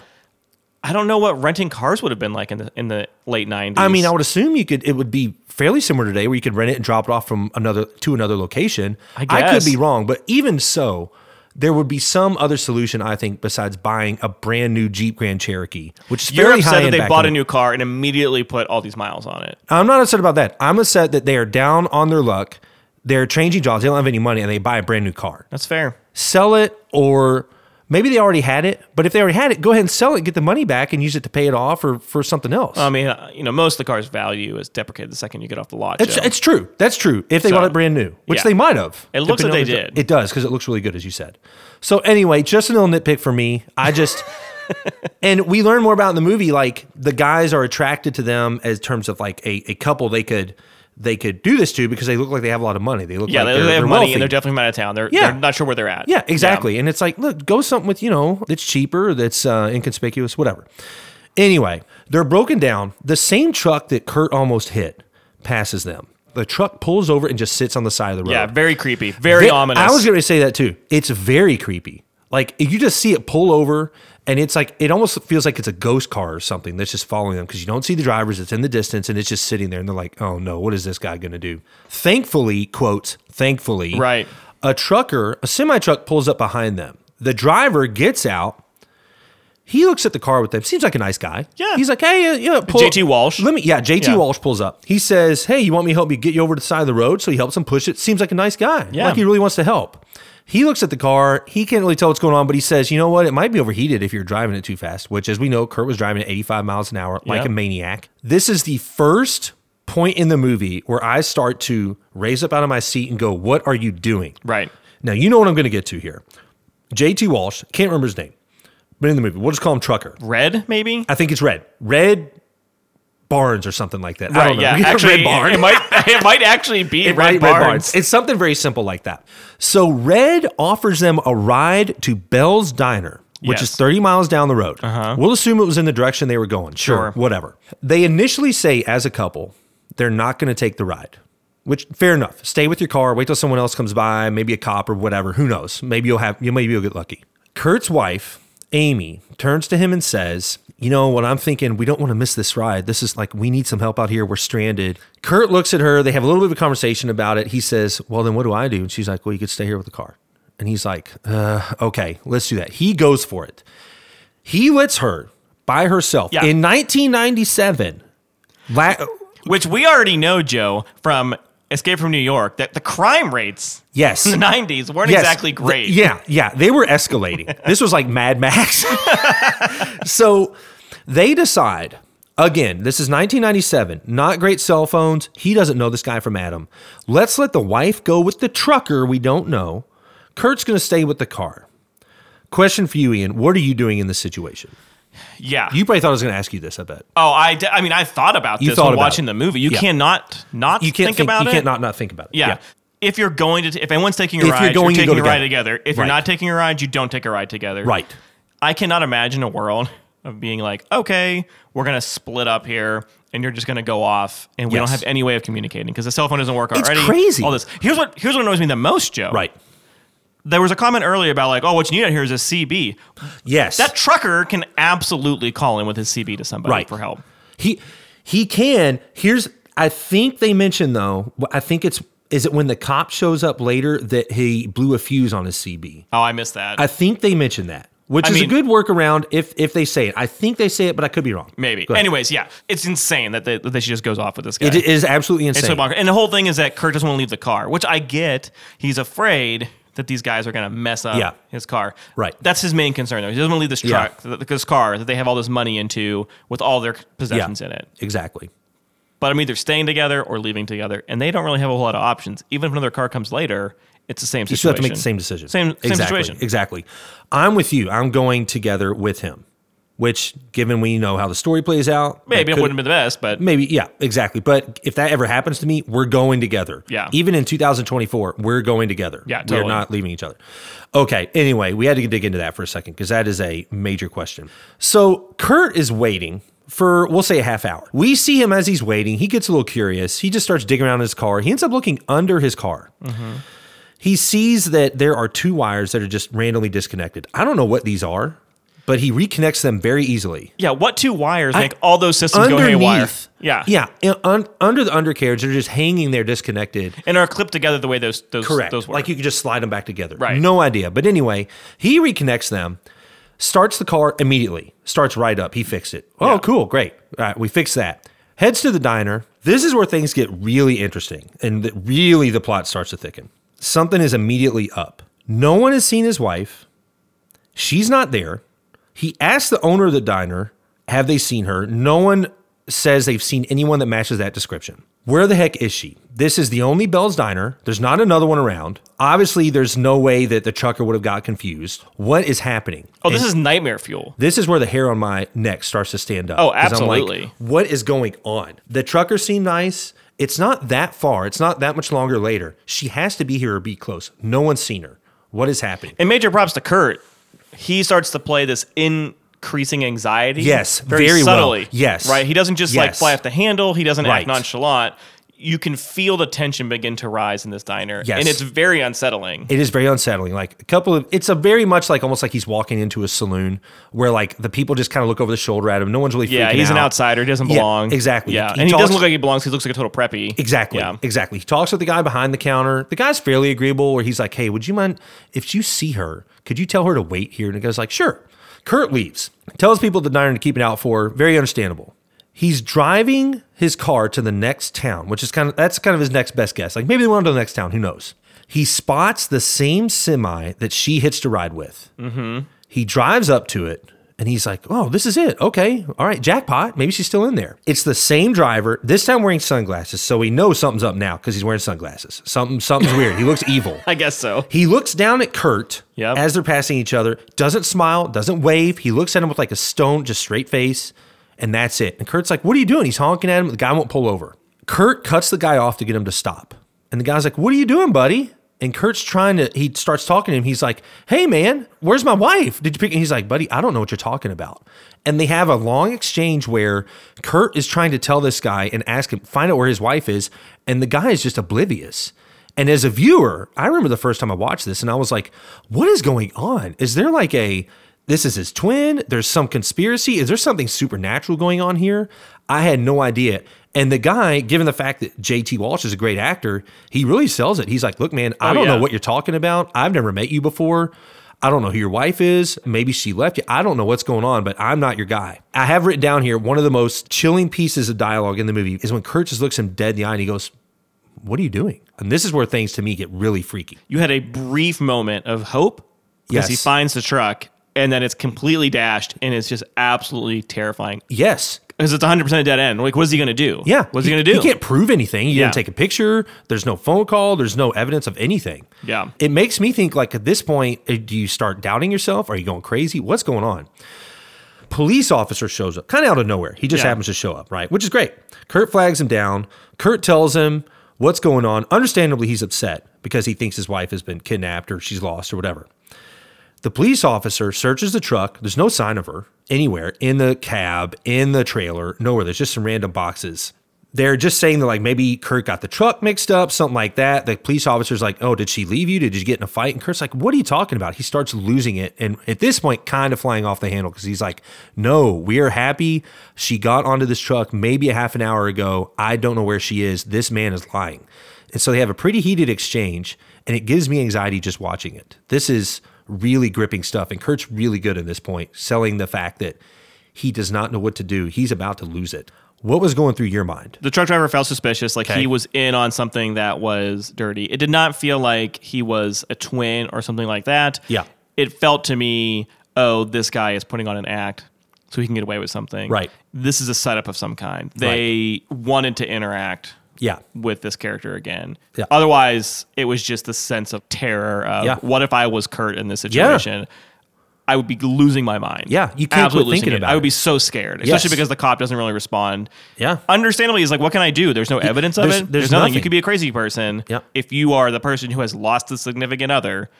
I don't know what renting cars would have been like in the in the late nineties.
I mean, I would assume you could. It would be fairly similar today, where you could rent it and drop it off from another to another location.
I
could
guess.
be wrong, but even so, there would be some other solution. I think besides buying a brand new Jeep Grand Cherokee, which is
you're
fairly
upset
high
that
end.
they
back
bought a
then.
new car and immediately put all these miles on it.
I'm not upset about that. I'm upset that they are down on their luck. They're changing jobs. They don't have any money, and they buy a brand new car.
That's fair.
Sell it, or maybe they already had it. But if they already had it, go ahead and sell it, get the money back, and use it to pay it off or for something else.
I mean, uh, you know, most of the car's value is deprecated the second you get off the lot.
it's,
Joe.
it's true. That's true. If they
So,
bought it brand new, which
yeah.
they might have.
It looks
depending
like
on
they
the jo-
did.
It does because it looks really good, as you said. So anyway, just a little nitpick for me. I just. And we learn more about in the movie, like the guys are attracted to them as terms of like a, a couple they could they could do this to because they look like they have a lot of money. They look
yeah,
like
they,
they're,
they have
they're
money
wealthy.
and they're definitely from out of town. They're,
Yeah.
they're not sure where they're at.
Yeah, exactly. And it's like, look, go something with, you know, that's cheaper, that's uh, inconspicuous, whatever. Anyway, they're broken down. The same truck that Kurt almost hit passes them. The truck pulls over and just sits on the side of the road.
Yeah, very creepy, very
Ve-
ominous.
I was going to say that too. It's very creepy. Like you just see it pull over, and it's like it almost feels like it's a ghost car or something that's just following them because you don't see the drivers. It's in the distance and it's just sitting there, and they're like, "Oh no, what is this guy going to do?" Thankfully, quotes, thankfully,
Right.
A trucker, a semi truck, pulls up behind them. The driver gets out. He looks at the car with them. Seems like a nice guy.
Yeah.
He's like, hey, uh, yeah, pull
JT Walsh.
Let me. Yeah, JT
Yeah.
Walsh pulls up. He says, hey, you want me to help you get you over to the side of the road? So he helps him push it. Seems like a nice guy.
Yeah.
Like he really wants to help. He looks at the car. He can't really tell what's going on, but he says, you know what? It might be overheated if you're driving it too fast, which, as we know, Kurt was driving at 85 miles an hour like
Yeah.
a maniac. This is the first point in the movie where I start to raise up out of my seat and go, what are you doing?
Right.
Now, you know what I'm going to get to here. JT Walsh, can't remember his name, but in the movie, we'll just call him Trucker.
Red, maybe?
I think it's Red. Red Barnes or something like that. I
Right,
don't know.
yeah.
Red
Actually,
Barn.
It, it might it might actually be
It
Red,
might-
Barnes.
It's something very simple like that. So Red offers them a ride to Bell's Diner, which
Yes.
is 30 miles down the road. Uh-huh. We'll assume it was in the direction they were going. Sure,
Sure.
Whatever. They initially say, as a couple, they're not going to take the ride. Which fair enough. Stay with your car. Wait till someone else comes by. Maybe a cop or whatever. Who knows? Maybe you'll have. You maybe you'll get lucky. Kurt's wife, Amy, turns to him and says, "You know what I'm thinking? We don't want to miss this ride. This is like we need some help out here. We're stranded." Kurt looks at her. They have a little bit of a conversation about it. He says, "Well, then what do I do?" And she's like, "Well, you could stay here with the car." And he's like, uh, "Okay, let's do that." He goes for it. He lets her by herself
Yeah.
in 1997. La-
Which we already know, Joe, from Escape from New York, that the crime rates
Yes.
in the 90s weren't
Yes.
exactly
Th-
great.
yeah, yeah. They were escalating. this was like Mad Max. so they decide again, this is 1997, not great cell phones. He doesn't know this guy from Adam. Let's let the wife go with the trucker we don't know. Kurt's going to stay with the car. Question for you, Ian. What are you doing in this situation?
Yeah.
You probably thought I was going to ask you this, I bet.
oh, I, d- I mean, I thought about
You
this
thought
when
about
watching
it.
the movie. You
Yeah.
cannot not
You can't think,
about
you
it.
can't not, not think about it.
yeah. If you're going to, t- if anyone's taking a
If you're
ride, you're,
going, you
taking
go
a ride together.
Right.
If you're not taking a ride, you don't take a ride together.
Right.
I cannot imagine a world of being like, okay, we're going to split up here and you're just going to go off and we don't
Yes.
have any way of communicating because the cell phone doesn't work
It's
already.
crazy.
All this. Here's what here's what annoys me the most, Joe.
Right.
There was a comment earlier about like, oh, what you need out here is a CB.
Yes.
That trucker can absolutely call in with his CB to somebody
Right.
for help.
He he can. Here's I think they mentioned though. I think it's is it when the cop shows up later that he blew a fuse on his CB.
Oh, I missed that.
I think they mentioned that, which
I
is
mean-
a good workaround if if they say it. I think they say it, but I could be wrong.
Maybe.
Go ahead.
Anyways, yeah, it's insane that, they, that she just goes off with this guy.
it is absolutely
It's
insane.
so bonkers. And the whole thing is that Kurt doesn't want to leave the car, which I get. He's afraid that these guys are going to mess up
Yeah.
his car.
Right.
That's his main concern, though. He doesn't want to leave this
Yeah.
truck, th- this car that they have all this money into with all their possessions in it.
exactly.
But I'm either staying together or leaving together. And they don't really have a whole lot of options. Even if another car comes later, it's the same situation.
You still have to make the same decision.
Same, same
exactly.
situation.
Exactly. I'm with you. I'm going together with him, which, given we know how the story plays out, that
Maybe it
could-
wouldn't be the best, but
Maybe, yeah, exactly. But if that ever happens to me, we're going together.
Yeah.
Even in 2024, we're going together.
Yeah,
We're
totally.
not leaving each other. Okay. Anyway, we had to dig into that for a second because that is a major question. So Kurt is waiting for, we'll say, a half hour. We see him as he's waiting. He gets a little curious. He just starts digging around in his car. He ends up looking under his car.
Mm-hmm.
He sees that there are two wires that are just randomly disconnected. I don't know what these are, but he reconnects them very easily
yeah, what two wires make all those systems go haywire?
underneath.
Yeah.
yeah. and Un, under the undercarriage, they're just hanging there, disconnected.
And are clipped together the way those those
Correct.
those work.
Like you could just slide them back together.
Right.
No idea. But anyway, he reconnects them, starts the car immediately, starts right up. He fixed it. Oh, cool. Great. All right. We fixed that. Heads to the diner. This is where things get really interesting and that really the plot starts to thicken. Something is immediately up. No one has seen his wife. She's not there. He asks the owner of the diner, have they seen her? No one says they've seen anyone that matches that description. Where the heck is she? This is the only Bell's Diner. There's not another one around. Obviously, there's no way that the trucker would have got confused. What is happening?
oh, this
And
is nightmare fuel.
this is where the hair on my neck starts to stand up.
Oh,
'Cause I'm like,
absolutely.
what is going on? The trucker seemed nice. It's not that far. It's not that much longer later. She has to be here or be close. No one's seen her. What is happening?
And major props to Kurt. He starts to play this increasing anxiety.
Yes, very well.
subtly.
Yes.
right. He doesn't just like
Yes.
fly off the handle. He doesn't
Right.
act nonchalant. you can feel the tension begin to rise in this diner.
Yes.
And it's very unsettling.
It is very unsettling. Like a couple of, it's a very much like almost like he's walking into a saloon where like the people just kind of look over the shoulder at him. No one's really.
yeah,
freaking
he's an
out.
outsider. He doesn't
Yeah,
belong.
exactly.
Yeah.
He
and he
talks-
doesn't look like he belongs. He looks like a total preppy.
Exactly.
Yeah.
Exactly. He talks with the guy behind the counter. The guy's fairly agreeable where he's like, Hey, would you mind if you see her, could you tell her to wait here? And the guy's like, Sure. Kurt leaves. Tells people at the diner to keep it out for. her. Very understandable. He's driving his car to the next town, which is kind of that's kind of his next best guess. Like maybe they went on to the next town. Who knows? He spots the same semi that she hitched a ride with. He drives up to it and he's like, oh, this is it. Okay. All right. Jackpot. Maybe she's still in there. It's the same driver, this time wearing sunglasses. So he knows something's up now because he's wearing sunglasses. Something, something's weird. He looks evil.
I guess so.
He looks down at Kurt
Yep.
as they're passing each other, doesn't smile, doesn't wave. He looks at him with like a stone, just straight face, and that's it. And Kurt's like, What are you doing? He's honking at him. The guy won't pull over. Kurt cuts the guy off to get him to stop. And the guy's like, What are you doing, buddy? And Kurt's trying to, he starts talking to him. He's like, Hey, man, where's my wife? Did you pick? And he's like, Buddy, I don't know what you're talking about. And they have a long exchange where Kurt is trying to tell this guy and ask him, find out where his wife is. And the guy is just oblivious. And as a viewer, I remember the first time I watched this and I was like, what is going on? Is there like a this is his twin? There's some conspiracy? Is there something supernatural going on here? I had no idea. And the guy, given the fact that JT Walsh is a great actor, he really sells it. He's like, look, man, I
Oh,
don't know
yeah.
what you're talking about. I've never met you before. I don't know who your wife is. Maybe she left you. I don't know what's going on, but I'm not your guy. I have written down here one of the most chilling pieces of dialogue in the movie is when Kurt just looks him dead in the eye and he goes, what are you doing? And this is where things to me get really freaky.
You had a brief moment of hope because he
Yes.
finds the truck and then it's completely dashed and it's just absolutely terrifying
Yes.
because it's 100% a dead end. Like, what is he going to do?
Yeah.
What's he, going to do?
He can't prove anything. You
Yeah.
didn't take a picture. There's no phone call. There's no evidence of anything.
Yeah.
It makes me think like at this point, uh, do you start doubting yourself? Are you going crazy? What's going on? Police officer shows up kind of out of nowhere. He just
Yeah.
happens to show up, right? Which is great. Kurt flags him down. Kurt tells him what's going on. Understandably, he's upset because he thinks his wife has been kidnapped or she's lost or whatever. The police officer searches the truck. There's no sign of her anywhere in the cab, in the trailer, nowhere. There's just some random boxes. They're just saying that, like, maybe Kurt got the truck mixed up, something like that. The police officer's like, Oh, did she leave you? Did you get in a fight? And Kurt's like, What are you talking about? He starts losing it. And at this point, kind of flying off the handle because he's like, No, we are happy. She got onto this truck maybe a half an hour ago. I don't know where she is. This man is lying. And so they have a pretty heated exchange, and it gives me anxiety just watching it. This is really gripping stuff, and Kurt's really good at this point, selling the fact that he does not know what to do. He's about to lose it. What was going through your mind?
the truck driver felt suspicious like
Okay.
he was in on something that was dirty it did not feel like he was a twin or something like that
Yeah.
it felt to me oh this guy is putting on an act so he can get away with something
Right.
this is a setup of some kind they wanted to interact
Yeah.
with this character again
Yeah.
otherwise it was just the sense of terror of
Yeah.
what if i was kurt in this
Yeah.
situation I would be losing my mind.
Yeah, you can't
Absolutely
quit
losing
thinking
it.
about
I
it.
would be so scared, especially
Yes.
because the cop doesn't really respond
Yeah.
understandably is like, what can I do? There's no evidence of
there's-
it.
there's
There's, nothing. You
nothing.
could be a crazy person.
Yep.
If you are the person who has lost a significant other,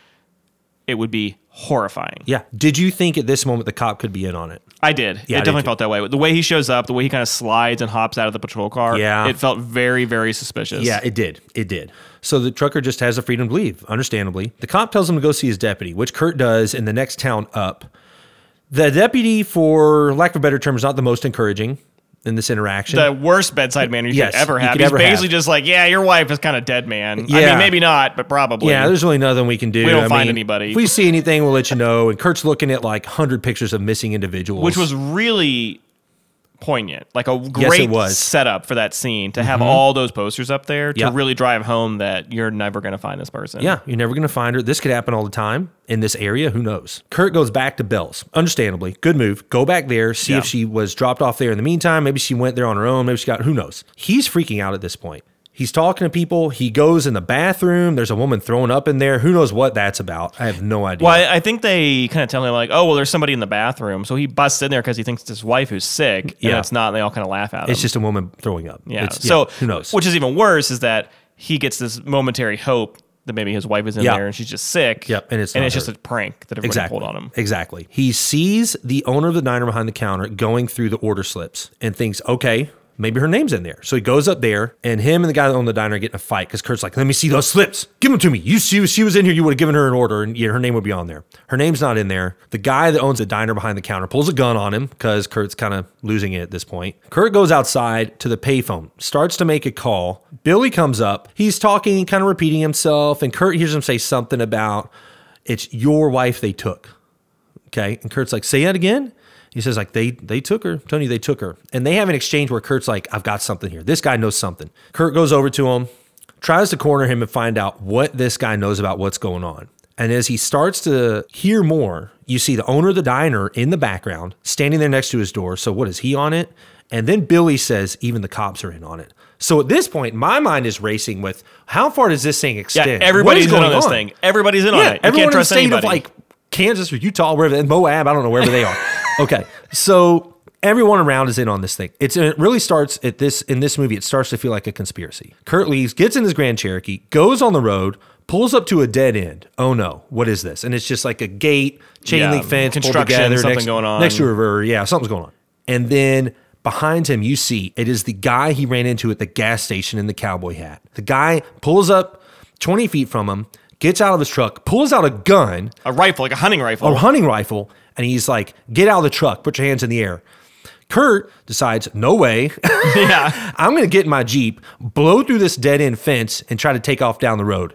it would be horrifying.
Yeah. Did you think at this moment the cop could be in on it?
I did.
Yeah, I
it
did
definitely
too.
felt that way. The way he shows up, the way he kind of slides and hops out of the patrol car,
Yeah.
it felt very, very suspicious.
Yeah, it did. It did. So the trucker just has the freedom to leave, understandably. The cop tells him to go see his deputy, which Kurt does in the next town up. The deputy, for lack of a better term, is not the most encouraging in this interaction.
The worst bedside manner you
Yes,
could ever
you
have.
could
He's
ever
basically
have.
just like, yeah, your wife is kind of dead, man. I
Yeah.
mean, maybe not, but probably.
Yeah, there's really nothing we can do.
We don't
I
find
mean,
anybody.
If we see anything, we'll let you know. And Kurt's looking at like hundred pictures of missing individuals,
which was really poignant like a great
was. Mm-hmm.
setup for that scene to have all those posters up there to
Yeah.
really drive home that you're never going to find this person
yeah, you're never gonna find her. This could happen all the time in this area. Who knows? Kurt goes back to Bell's. Understandably, good move. Go back there, see
Yeah.
if she was dropped off there in the meantime. Maybe she went there on her own. Maybe she got. Who knows? He's freaking out at this point. He's talking to people. He goes in the bathroom. There's a woman throwing up in there. Who knows what that's about? I have no idea.
well I, I think they kind of tell him like oh well there's somebody in the bathroom so he busts in there because he thinks it's his wife who's sick
Yeah.
yeah and it's not and they all kind of laugh at him
It's just a woman throwing up.
yeah
It's-
so
who knows?
which is even worse is that he gets this momentary hope that maybe his wife is in
Yeah.
there and she's just sick
Yep, and it's
and
not
it's just
her.
a prank that everyone pulled on him
Exactly. He sees the owner of the diner behind the counter going through the order slips and thinks, okay, Maybe her name's in there. So he goes up there, and him and the guy that owned the diner get in a fight because Kurt's like, "Let me see those slips. Give them to me. You see, she was in here. You would have given her an order, and yeah, her name would be on there. Her name's not in there. The guy that owns the diner behind the counter pulls a gun on him because Kurt's kind of losing it at this point. Kurt goes outside to the payphone, starts to make a call. Billy comes up. He's talking, kind of repeating himself, and Kurt hears him say something about, "It's your wife they took." Okay. And Kurt's like, say that again. He says, like, they they took her. Tony, they took her. And they have an exchange where Kurt's like, I've got something here. This guy knows something. Kurt goes over to him, tries to corner him and find out what this guy knows about what's going on. And as he starts to hear more, you see the owner of the diner in the background, standing there next to his door. So what is he on it? And then Billy says, even the cops are in on it. So at this point, my mind is racing with how far does this thing
Yeah,
extend? What is
everybody's in
going
on this thing. Everybody's in on it. You
everyone
can't trust
in the state
anybody.
of like Kansas or Utah, wherever, and Moab, I don't know, wherever they are. okay. So everyone around is in on this thing. It's and it really starts at this in this movie, it starts to feel like a conspiracy. Kurt leaves, gets in his Grand Cherokee, goes on the road, pulls up to a dead end. Oh no, what is this? And it's just like a gate, chain
Yeah,
link fence, pulled
construction,
together,
something
next,
going on.
Next to a river. Yeah, something's going on. And then behind him, you see it is the guy he ran into at the gas station in the cowboy hat. The guy pulls up 20 feet from him, gets out of his truck, pulls out a gun,
a rifle, like a hunting rifle.
a hunting rifle, and he's like, Get out of the truck, put your hands in the air. Kurt decides, No way.
yeah.
I'm going to get in my Jeep, blow through this dead end fence, and try to take off down the road.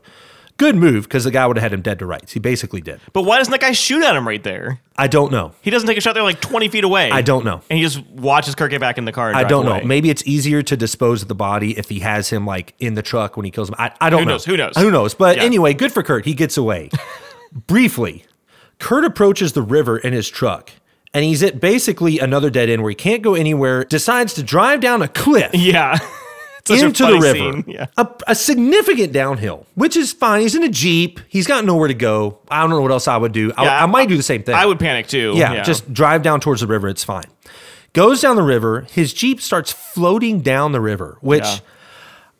Good move because the guy would have had him dead to rights. He basically did.
But why doesn't that guy shoot at him right there?
I don't know.
He doesn't take a shot there like 20 feet away.
I don't know.
And he just watches Kirk get back in the car. And
I
drive
don't
away.
know. Maybe it's easier to dispose of the body if he has him like in the truck when he kills him. I, I don't
Who
know.
knows? Who knows?
Who knows? But
Yeah.
anyway, good for Kurt. He gets away. Briefly, Kurt approaches the river in his truck and he's at basically another dead end where he can't go anywhere, decides to drive down a cliff
Yeah. It's such a
into the
funny
river.
scene. Yeah.
A, a significant downhill, which is fine. He's in a Jeep. He's got nowhere to go. I don't know what else I would do. I,
Yeah,
I might do the same thing.
I would panic too.
Yeah, just drive down towards the river. It's fine. Goes down the river. His Jeep starts floating down the river, which
Yeah.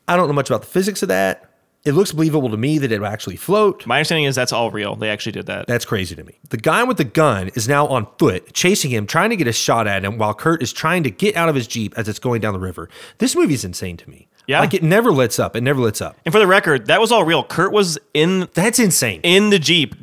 I don't know much about the physics of that. It looks believable to me that it would actually float.
My understanding is that's all real. They actually did that.
That's crazy to me. The guy with the gun is now on foot, chasing him, trying to get a shot at him while Kurt is trying to get out of his Jeep as it's going down the river. This movie's insane to me.
Yeah.
Like it never lets up. It never lets up.
And for the record, that was all real. Kurt was in
That's insane.
in the Jeep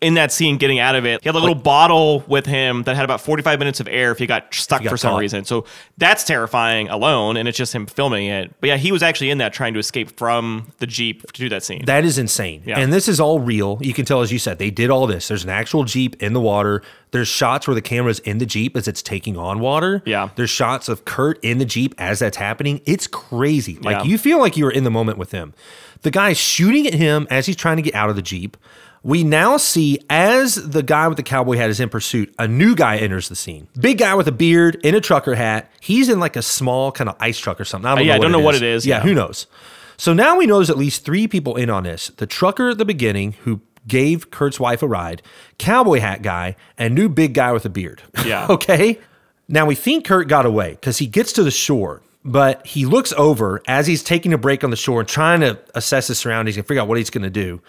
in that scene getting out of it. He had a little bottle with him that had about 45 minutes of air if he got stuck
got
for some
caught.
reason. So that's terrifying alone, and it's just him filming it. But yeah, he was actually in that trying to escape from the Jeep to do that scene.
That is insane.
Yeah.
And this is all real. You can tell, as you said, they did all this. There's an actual Jeep in the water. There's shots where the camera's in the Jeep as it's taking on water.
Yeah.
There's shots of Kurt in the Jeep as that's happening. It's crazy. Like
Yeah.
you feel like you were in the moment with him. The guy's shooting at him as he's trying to get out of the Jeep. We now see, as the guy with the cowboy hat is in pursuit, a new guy enters the scene. Big guy with a beard in a trucker hat. He's in like a small kind of ice truck or something. I don't
Uh,
know.
yeah, I
what
don't know what it is,
Yeah,
yeah.
who who knows? So now we know there's at least three people in on this the trucker at the beginning who gave Kurt's wife a ride, cowboy hat guy, and new big guy with a beard.
Yeah.
okay. Now we think Kurt got away because he gets to the shore, but he looks over as he's taking a break on the shore and trying to assess his surroundings and figure out what he's going to do.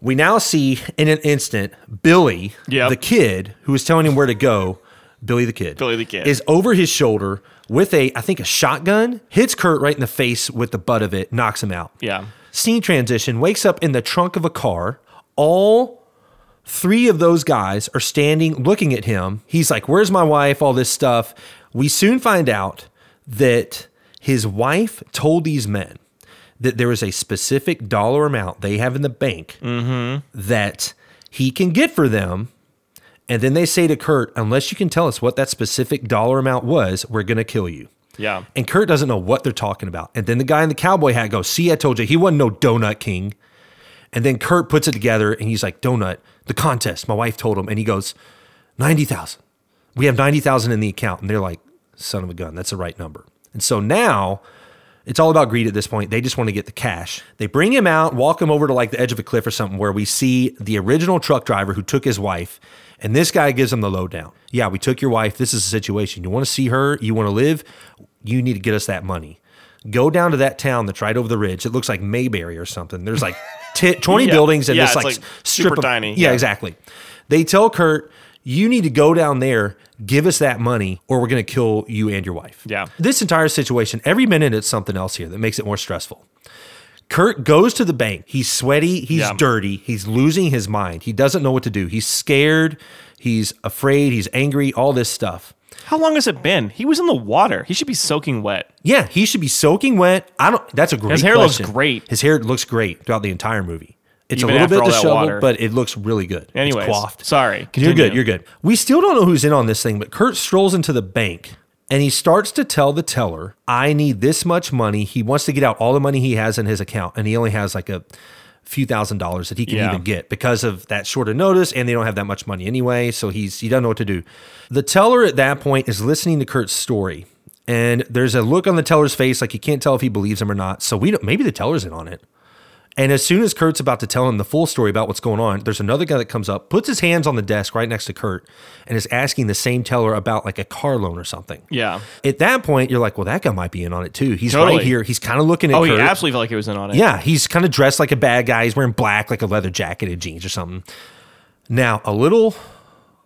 We now see in an instant Billy,
Yep.
the kid who was telling him where to go. Billy the kid.
Billy the Kid.
is over his shoulder with a, I think, a shotgun, hits Kurt right in the face with the butt of it, knocks him out.
yeah.
Scene transition wakes up in the trunk of a car. All three of those guys are standing looking at him. He's like, Where's my wife? All this stuff. We soon find out that his wife told these men that there is a specific dollar amount they have in the bank that he can get for them. And then they say to Kurt, Unless you can tell us what that specific dollar amount was, we're going to kill you.
Yeah.
And Kurt doesn't know what they're talking about. And then the guy in the cowboy hat goes, See, I told you, he wasn't no donut king. And then Kurt puts it together and he's like, Donut, the contest, my wife told him. And he goes, 90,000. We have 90,000 in the account. And they're like, Son of a gun, that's the right number. And so now it's all about greed at this point. They just want to get the cash. They bring him out, walk him over to like the edge of a cliff or something where we see the original truck driver who took his wife. And this guy gives him the lowdown. Yeah, we took your wife. This is the situation. You want to see her? You want to live? You need to get us that money. Go down to that town that's right over the ridge. It looks like Mayberry or something. There's like t- 20
Yeah.
buildings and
Yeah,
this
it's
like,
like
strip
super
of,
tiny.
Yeah,
Yeah.
exactly. They tell Kurt, you need to go down there, give us that money, or we're going to kill you and your wife.
Yeah.
This entire situation, every minute, it's something else here that makes it more stressful. Kurt goes to the bank. He's sweaty. He's
Yeah.
dirty. He's losing his mind. He doesn't know what to do. He's scared. He's afraid. He's angry. All this stuff.
How long has it been? He was in the water. He should be soaking wet.
Yeah, he should be soaking wet. I don't. That's a great.
His hair looks
question.
great.
His hair looks great throughout the entire movie. It's
Even
a little
after
bit
all that water.
disheveled, but it looks really good. It's
Anyways,
coiffed.
sorry.
You're
Continue.
good. You're good. We still don't know who's in on this thing, but Kurt strolls into the bank and he starts to tell the teller, "I need this much money." He wants to get out all the money he has in his account, and he only has like a few thousand dollars that he can
Yeah.
even get because of that short of notice, and they don't have that much money anyway. So he's he doesn't know what to do. The teller at that point is listening to Kurt's story. And there's a look on the teller's face like he can't tell if he believes him or not. So we don't, maybe the teller's in on it. And as soon as Kurt's about to tell him the full story about what's going on, there's another guy that comes up, puts his hands on the desk right next to Kurt, and is asking the same teller about like a car loan or something.
Yeah.
At that point, you're like, well, that guy might be in on it too. He's
Totally.
right here. He's kind of looking at
Oh, he
Kurt.
absolutely felt like he was in on it.
Yeah, he's kind of dressed like a bad guy. He's wearing black, like a leather jacket and jeans or something. Now, a little,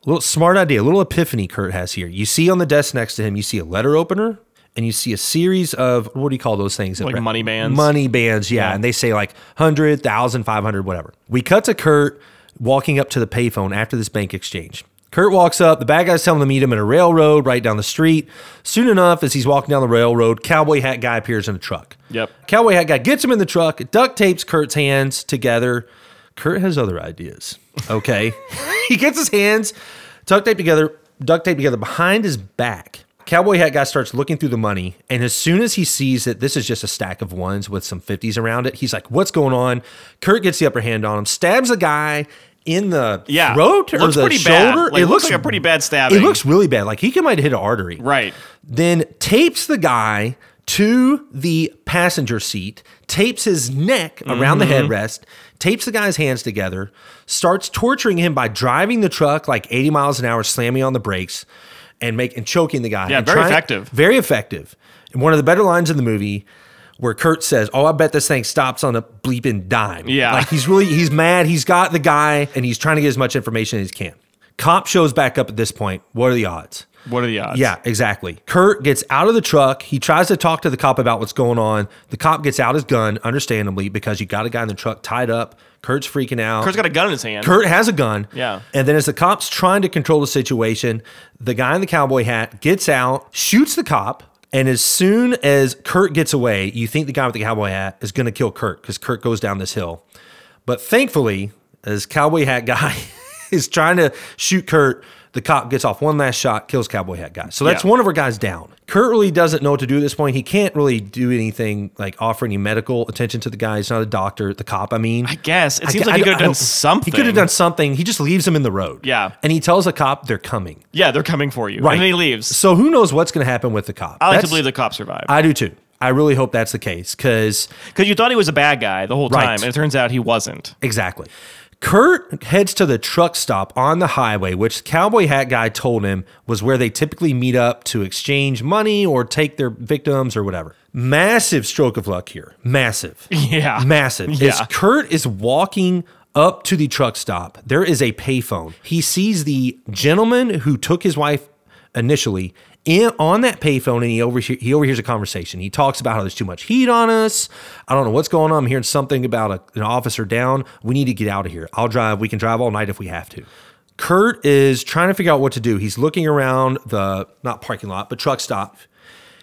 little smart idea, a little epiphany Kurt has here. You see on the desk next to him, you see a letter opener and you see a series of what do you call those things?
Like money bands?
Money bands, yeah.
Yeah.
And they say like 100, 1,000, 500, whatever. We cut to Kurt walking up to the payphone after this bank exchange. Kurt walks up. The bad guy's telling him to meet him at a railroad right down the street. Soon enough, as he's walking down the railroad, cowboy hat guy appears in a truck.
Yep.
Cowboy hat guy gets him in the truck, duct tapes Kurt's hands together. Kurt has other ideas. Okay. he gets his hands duct taped together, duct taped together behind his back. Cowboy hat guy starts looking through the money, and as soon as he sees that this is just a stack of ones with some 50s around it, he's like, What's going on? Kurt gets the upper hand on him, stabs the guy in the
Yeah.
throat or
Looks
the
pretty bad.
shoulder.
Like, looks like a pretty bad stabbing.
It looks really bad. Like he could might have hit an artery
Right.
then tapes the guy to the passenger seat, tapes his neck around the
Mm-hmm.
headrest, tapes the guy's hands together, starts torturing him by driving the truck like 80 miles an hour, slamming on the brakes, and make and choking the guy.
Yeah,
and
very effective.
Very effective. And one of the better lines in the movie where Kurt says, "Oh, I bet this thing stops on a bleeping dime."
Yeah.
like he's really he's mad. He's got the guy, and he's trying to get as much information as he can. Cop shows back up at this point. What are the odds?
What are the odds?
Yeah, exactly. Kurt gets out of the truck. He tries to talk to the cop about what's going on. The cop gets out his gun, understandably, because you got a guy in the truck tied up. Kurt's freaking out.
Kurt's got a gun in his hand.
Kurt has a gun.
Yeah.
And then as the cop's trying to control the situation, the guy in the cowboy hat gets out, shoots the cop. And as soon as Kurt gets away, you think the guy with the cowboy hat is going to kill Kurt because Kurt goes down this hill. But thankfully, as cowboy hat guy is trying to shoot Kurt, the cop gets off one last shot, kills cowboy hat guy. So that's
Yeah.
one of our guys down. Kurt really doesn't know what to do at this point. He can't really do anything like offer any medical attention to the guy. He's not a doctor, the cop, I mean.
I guess. It
I
seems
ca-
like he
I
could
don't-
have
I
done
don't-
something.
He could have done something. He just leaves him in the road.
Yeah.
And he tells the cop they're coming.
Yeah, they're coming for you. And then he leaves.
So who knows what's going to happen with the cop?
I like to
That's-
believe the cop survived.
I do too. I really hope that's the case because
Because you thought he was a bad guy the whole time,
Right.
and it turns out he wasn't.
exactly. Kurt heads to the truck stop on the highway, which cowboy hat guy told him was where they typically meet up to exchange money or take their victims or whatever. Massive stroke of luck here. Massive.
Yeah.
Massive.
Yeah.
As Kurt is walking up to the truck stop, there is a payphone. He sees the gentleman who took his wife initially in, on that payphone, and he overhear, he overhears a conversation. He talks about how there's too much heat on us. I don't know what's going on. I'm hearing something about a- an officer down. We need to get out of here. I'll drive. We can drive all night if we have to. Kurt is trying to figure out what to do. He's looking around the not parking lot, but truck stop.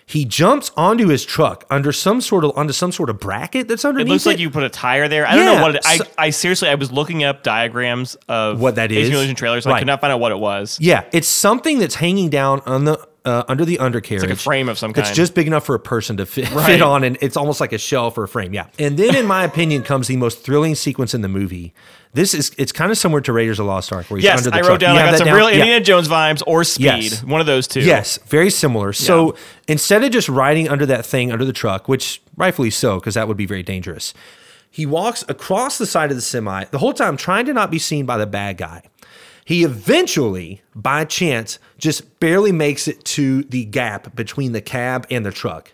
He jumps onto his truck under some sort of onto some sort of bracket that's underneath.
It looks like you put a tire there. I don't
Yeah,
know what it, I,
so-
I seriously, I was looking up diagrams of
What that is?
Asian Asian trailers. and I
Right.
could not find out what it was.
Yeah, it's something that's hanging down on the uh, under the undercarriage.
like a frame of some
That's
kind.
just big enough for a person to fit,
Right.
fit on, and it's almost like a shelf or a frame. Yeah. And then, in my opinion, comes the most thrilling sequence in the movie. This is it's kind of similar to Raiders of the Lost Ark, where he's
Yes,
under the
I
truck.
wrote down.
You
I
have
got
that
some real
Yeah.
Indiana Jones vibes or Speed.
Yes.
One of those two.
Yes, very similar. So instead of just riding under that thing under the truck, which rightfully so, because that would be very dangerous, he walks across the side of the semi the whole time trying to not be seen by the bad guy. He eventually, by
Mm-hmm.
chance, just barely makes it to the gap between the cab and the truck.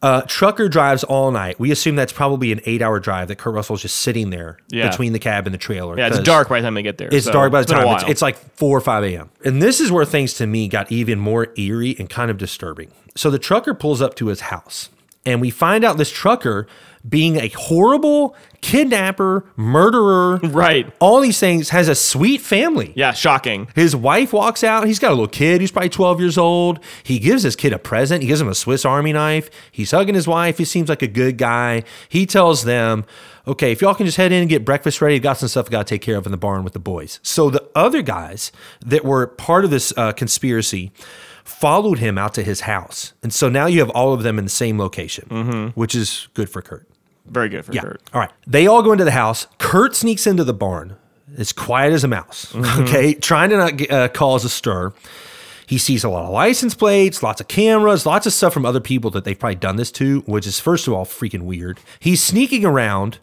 Uh, trucker drives all night. We assume that's probably an eight-hour drive that Kurt Russell's just sitting there
Yeah.
between the cab and the trailer.
Yeah, it's
'cause
dark by the time they get there.
It's
so
dark by the
been a
time. It's,
while.
it's like 4 or 5 a.m. And this is where things to me got even more eerie and kind of disturbing. So the trucker pulls up to his house, and we find out this trucker being a horrible kidnapper, murderer,
right.
all these things, has a sweet family.
Yeah, shocking.
His wife walks out. He's got a little kid who's probably 12 years old. He gives his kid a present. He gives him a Swiss Army knife. He's hugging his wife. He seems like a good guy. He tells them, okay, if y'all can just head in and get breakfast ready, I've got some stuff I got to take care of in the barn with the boys. So the other guys that were part of this uh, conspiracy followed him out to his house. And so now you have all of them in the same location, which is good for Kurt.
Very good for Kurt.
All right. They all go into the house. Kurt sneaks into the barn, as quiet as a mouse,
Mm-hmm.
okay, trying to not get, uh, cause a stir. He sees a lot of license plates, lots of cameras, lots of stuff from other people that they've probably done this to, which is, first of all, freaking weird. He's sneaking around.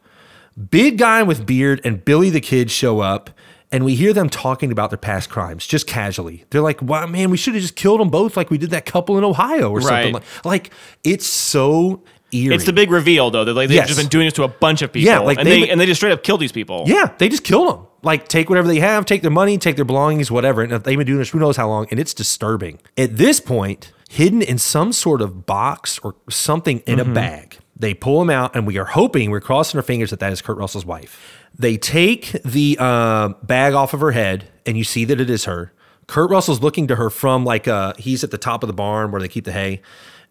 Big guy with beard and Billy the Kid show up, and we hear them talking about their past crimes just casually. They're like, wow, man, we should have just killed them both like we did that couple in Ohio or something.
Right.
Like, like, it's so eerie.
It's the big reveal, though. That like they've
Yes.
just been doing this to a bunch of people.
Yeah, like
and
they-
they, and they just straight up kill these people.
Yeah, they just kill them. Like take whatever they have, take their money, take their belongings, whatever. And they've been doing this who knows how long, and it's disturbing. At this point, hidden in some sort of box or something in a bag, they pull him out, and we are hoping we're crossing our fingers that that is Kurt Russell's wife. They take the uh, bag off of her head, and you see that it is her. Kurt Russell's looking to her from like uh, he's at the top of the barn where they keep the hay.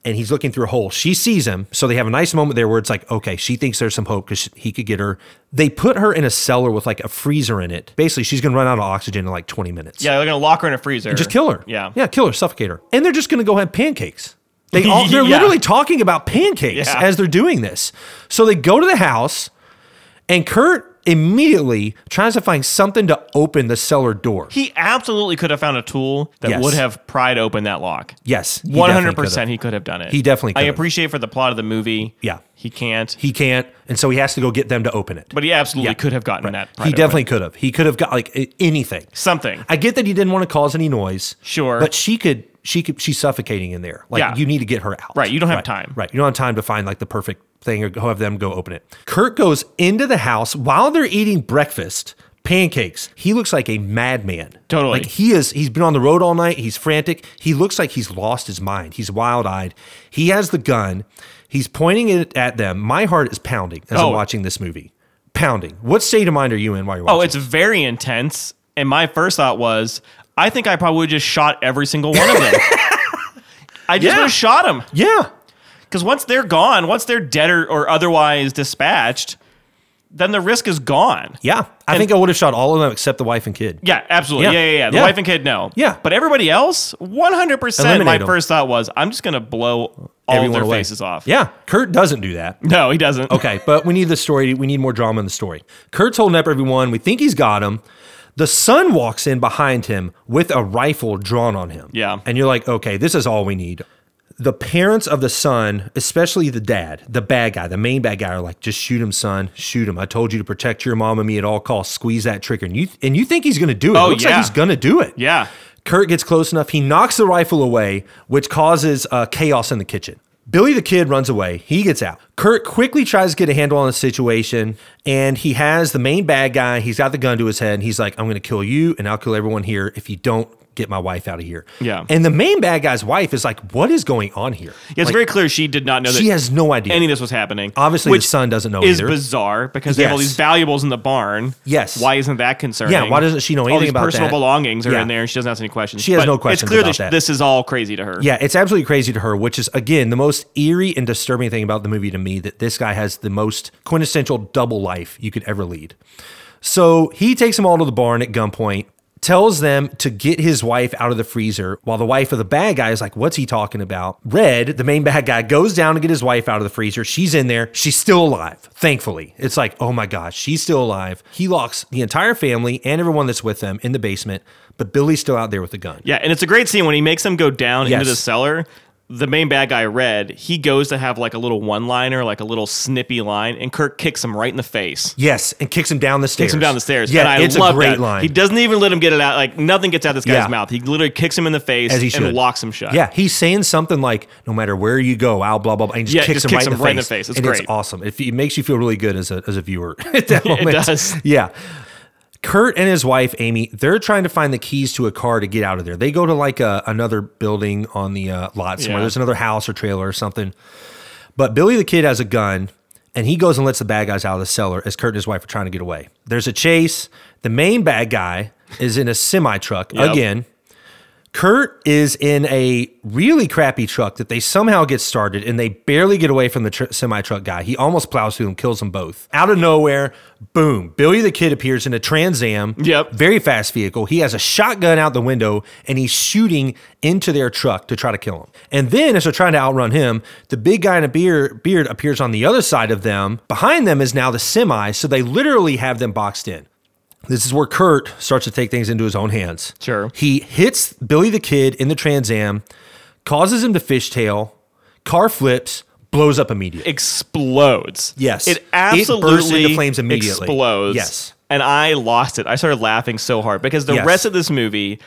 And he's looking through a hole. She sees him. So they have a nice moment there where it's like, okay, she thinks there's some hope because he could get her. They put her in a cellar with like a freezer in it. Basically, she's going to run out of oxygen in like 20 minutes.
Yeah, they're gonna lock her in a freezer.
Just kill her.
Yeah.
Yeah, kill her, suffocate her. And they're just going to go have pancakes. They all, they're
Yeah.
literally talking about pancakes
Yeah.
as they're doing this. So they go to the house and Kurt immediately tries to find something to open the cellar door.
He absolutely could have found a tool that
Yes.
would have pried open that lock.
yes. he
One
definitely
hundred
could've.
percent, he could have done it.
He definitely
I
could've.
appreciate for the plot of the movie.
Yeah.
he can't.
He can't, and so he has to go get them to open it.
but he absolutely
Yeah.
could have gotten that. pried
he
open.
definitely could have. He could have got like a- anything.
something.
I get that he didn't want to cause any noise.
Sure.
but she could. She could. She's suffocating in there. Like
Yeah.
you need to get her out.
Right, you don't have
Right,
time.
Right. You don't have time to find like the perfect thing or go have them go open it. Kurt goes into the house while they're eating breakfast. Pancakes. He looks like a madman.
Totally.
Like he is. He's been on the road all night. He's frantic. He looks like he's lost his mind. He's wild eyed. He has the gun. He's pointing it at them. My heart is pounding as
Oh.
I'm watching this movie. Pounding. What state of mind are you in while you're watching?
Oh, it's very intense. And my first thought was, I think I probably would have just shot every single one of them. I just
Yeah.
would have shot them
yeah.
because once they're gone, once they're dead or, or otherwise dispatched, then the risk is gone.
Yeah. I think I would have shot all of them except the wife and kid.
Yeah, absolutely.
Yeah.
Yeah, yeah, yeah. The
Yeah.
wife and kid, no.
Yeah.
But everybody else, 100%. my
Eliminate 'em.
first thought was, I'm just going to blow all
Everyone
their
away.
faces off.
Yeah. Kurt doesn't do that.
No, he doesn't.
Okay, but we need the story. We need more drama in the story. Kurt's holding up everyone. We think he's got him. The son walks in behind him with a rifle drawn on him.
Yeah.
And you're like, okay, this is all we need. The parents of the son, especially the dad, the bad guy, the main bad guy, are like, just shoot him, son. Shoot him. I told you to protect your mom and me at all costs. Squeeze that trigger. And you and you think he's gonna do it.
Oh,
it looks
yeah.
like he's gonna do it.
Yeah.
Kurt gets close enough. He knocks the rifle away, which causes uh, chaos in the kitchen. Billy the Kid runs away. He gets out. Kurt quickly tries to get a handle on the situation, and he has the main bad guy. He's got the gun to his head, and he's like, I'm going to kill you, and I'll kill everyone here if you don't get my wife out of here.
Yeah.
And the main bad guy's wife is like, What is going on here?
Yeah, it's
Like,
very clear she did not know that
She has no idea.
any of this was happening.
Obviously,
which
the son doesn't know
is
either.
bizarre because they have all
Yes.
these valuables in the barn.
Yes.
Why isn't that concerning?
Yeah, why doesn't she know
all
anything
these
about
personal
that?
belongings are
Yeah.
in there and she doesn't ask any questions.
She has
But
no questions
It's clear
about
that,
that.
this is all crazy to her.
Yeah, it's absolutely crazy to her, which is again the most eerie and disturbing thing about the movie to me that this guy has the most quintessential double life you could ever lead. So he takes them all to the barn at gunpoint, tells them to get his wife out of the freezer, while the wife of the bad guy is like, What's he talking about? Red, the main bad guy, goes down to get his wife out of the freezer. She's in there. She's still alive, thankfully. It's like, Oh my gosh, she's still alive. He locks the entire family and everyone that's with them in the basement, but Billy's still out there with the gun.
Yeah, and it's a great scene when he makes them go down
Yes.
into the cellar the main bad guy Red, he goes to have like a little one liner, like a little snippy line, and Kirk kicks him right in the face.
Yes, and kicks him down the stairs.
Kicks him down the stairs.
Yeah,
and I
it's a
love
great
that.
line.
He doesn't even let him get it out. Like nothing gets out of this guy's
Yeah.
mouth. He literally kicks him in the face
as he should.
and locks him shut.
Yeah, he's saying something like, "No matter where you go, I'll blah blah blah." And he just
Yeah,
kicks
just
him,
kicks
right,
him
in the
right in the
face.
face. It's
and
great.
It's awesome. It, it makes you feel really good as a as a viewer at that moment.
does.
Yeah. Kurt and his wife Amy, they're trying to find the keys to a car to get out of there. They go to like a, another building on the uh, lot somewhere.
Yeah.
There's another house or trailer or something. But Billy the Kid has a gun and he goes and lets the bad guys out of the cellar as Kurt and his wife are trying to get away. There's a chase. The main bad guy is in a semi truck
Yep.
again. Kurt is in a really crappy truck that they somehow get started and they barely get away from the tr- semi truck guy. He almost plows through them, kills them both. Out of nowhere, boom, Billy the Kid appears in a Trans Am.
Yep.
Very fast vehicle. He has a shotgun out the window and he's shooting into their truck to try to kill him. And then, as they're trying to outrun him, the big guy in a beer- beard appears on the other side of them. Behind them is now the semi, so they literally have them boxed in. This is where Kurt starts to take things into his own hands.
Sure.
He hits Billy the Kid in the Trans Am, causes him to fishtail, car flips, blows up immediately.
explodes.
Yes.
It
It bursts into
absolutely
flames immediately.
explodes.
Yes.
And I lost it. I started laughing so hard because the
Yes.
rest of this movie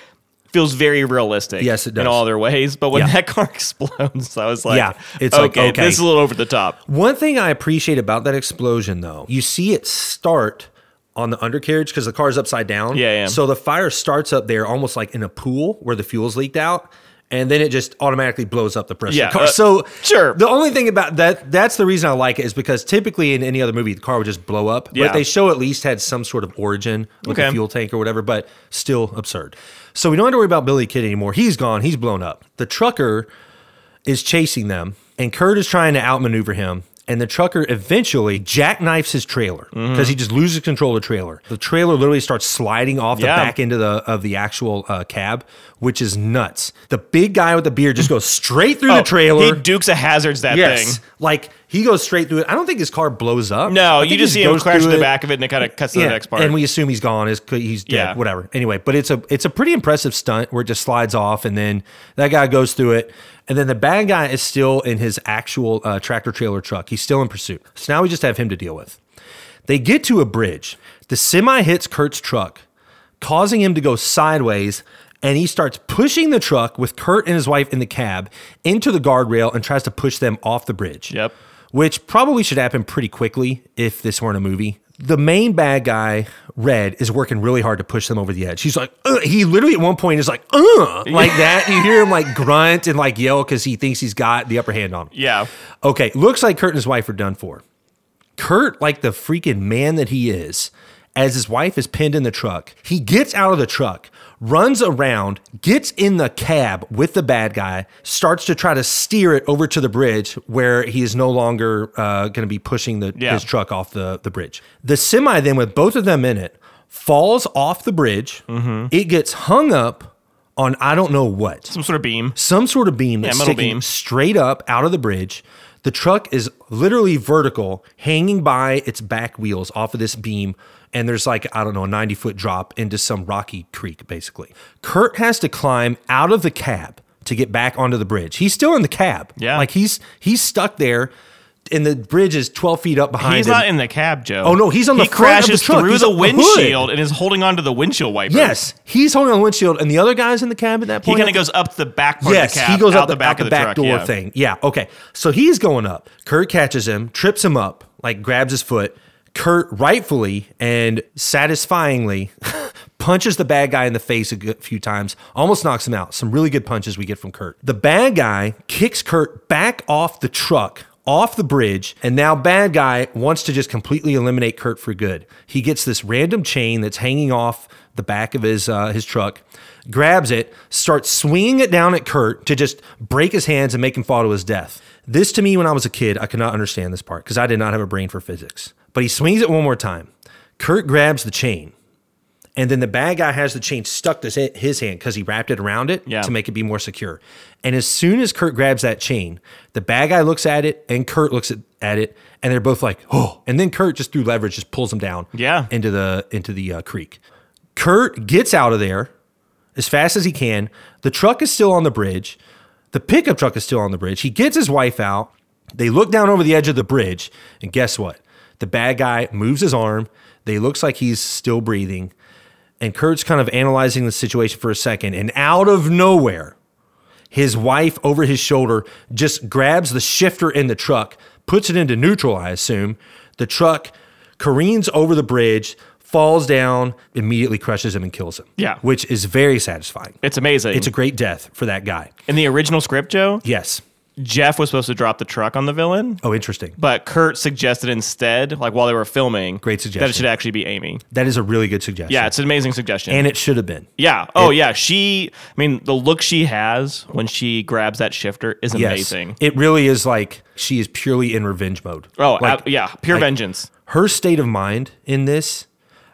feels very realistic.
Yes, it
In
does.
all their ways. But when
Yeah.
that car explodes, I was like,
Yeah. It's like,
okay,
okay.
this is a little over the top.
One thing I appreciate about that explosion, though, you see it start on the undercarriage because the car's upside down.
Yeah, yeah.
So the fire starts up there almost like in a pool where the fuel's leaked out. And then it just automatically blows up the pressure
Yeah,
car.
uh,
so
sure.
the only thing about that that's the reason I like it is because typically in any other movie the car would just blow up.
Yeah.
But they show at least had some sort of origin with the
Okay.
fuel tank or whatever, but still absurd. So we don't have to worry about Billy Kid anymore. He's gone. He's blown up. The trucker is chasing them, and Kurt is trying to outmaneuver him. And the trucker eventually jackknifes his trailer because he just loses control of the trailer. The trailer literally starts sliding off the
Yeah.
back end of the of the actual uh, cab, which is nuts. The big guy with the beard just goes straight through
Oh,
the trailer.
He dukes a hazards that
yes,
thing.
like he goes straight through it. I don't think his car blows up. I
No,
think
you
he
just see him
goes
crash
through
to the
it.
back of it and it kind of cuts to the next part.
And we assume he's gone. Is he's dead?
Yeah.
Whatever. Anyway, but it's a it's a pretty impressive stunt where it just slides off, and then that guy goes through it, and then the bad guy is still in his actual uh, tractor trailer truck. He's still in pursuit. So now we just have him to deal with. They get to a bridge. The semi hits Kurt's truck, causing him to go sideways. And he starts pushing the truck with Kurt and his wife in the cab into the guardrail and tries to push them off the bridge
Yep.
which probably should happen pretty quickly if this weren't a movie. The main bad guy, Red, is working really hard to push them over the edge. He's like, Ugh. he literally at one point is like, Ugh, like that. You hear him like grunt and like yell because he thinks he's got the upper hand on him.
yeah.
Okay, looks like Kurt and his wife are done for. Kurt, like the freaking man that he is, as his wife is pinned in the truck, he gets out of the truck, runs around, gets in the cab with the bad guy, starts to try to steer it over to the bridge where he is no longer uh, going to be pushing the,
Yeah.
his truck off the, the bridge. The semi, then, with both of them in it, falls off the bridge. It gets hung up on I don't know what
Some sort of beam.
some sort of beam that's
metal
sticking
beam.
straight up out of the bridge. The truck is literally vertical, hanging by its back wheels off of this beam. And there's like, I don't know, a 90 foot drop into some rocky creek, basically. Kurt has to climb out of the cab to get back onto the bridge. He's still in the cab.
Yeah.
Like he's he's stuck there, and the bridge is 12 feet up behind
He's
him.
not in the cab, Joe.
Oh, no, he's on
he
the front of the
crashes
truck.
through
He's
the
on the hood.
windshield and is holding onto the windshield wiper.
yes, he's holding on the windshield, and the other guy's in the cab at that
He
point.
kind
I
of goes up the back part
yes,
of the cab.
he goes
out
up the,
back
out
of
the
the
back
truck,
door
yeah.
thing. Yeah, okay. So he's going up. Kurt catches him, trips him up, like grabs his foot. Kurt rightfully and satisfyingly punches the bad guy in the face a good few times, almost knocks him out. Some really good punches we get from Kurt. The bad guy kicks Kurt back off the truck, off the bridge, and now bad guy wants to just completely eliminate Kurt for good. He gets this random chain that's hanging off the back of his uh, his truck, grabs it, starts swinging it down at Kurt to just break his hands and make him fall to his death. This to me, when I was a kid, I could not understand this part because I did not have a brain for physics. But he swings it one more time. Kurt grabs the chain, and then the bad guy has the chain stuck to his- his hand because he wrapped it around it
Yeah.
to make it be more secure. And as soon as Kurt grabs that chain, the bad guy looks at it and Kurt looks at, at it, and they're both like, "Oh!" And then Kurt just through leverage just pulls him down
Yeah.
into the into the uh, creek. Kurt gets out of there as fast as he can. The truck is still on the bridge. The pickup truck is still on the bridge. He gets his wife out. They look down over the edge of the bridge, and guess what? The bad guy moves his arm. They looks like he's still breathing. And Kurt's kind of analyzing the situation for a second, and out of nowhere, his wife over his shoulder just grabs the shifter in the truck, puts it into neutral, I assume. The truck careens over the bridge, falls down, immediately crushes him and kills him.
Yeah.
Which is very satisfying.
It's amazing.
It's a great death for that guy.
In the original script, Joe,
Yes.
Jeff was supposed to drop the truck on the villain,
Oh, interesting.
but Kurt suggested instead, like while they were filming,
Great
that it
suggestion.
should actually be Amy.
That is a really good suggestion.
Yeah, it's an amazing suggestion.
and it should have been.
yeah. Oh, yeah. She, I mean, the look she has when she grabs that shifter is
Yes.
amazing.
It really is like she is purely in revenge mode.
Oh,
Like,
ab- yeah. Pure vengeance.
her state of mind in this,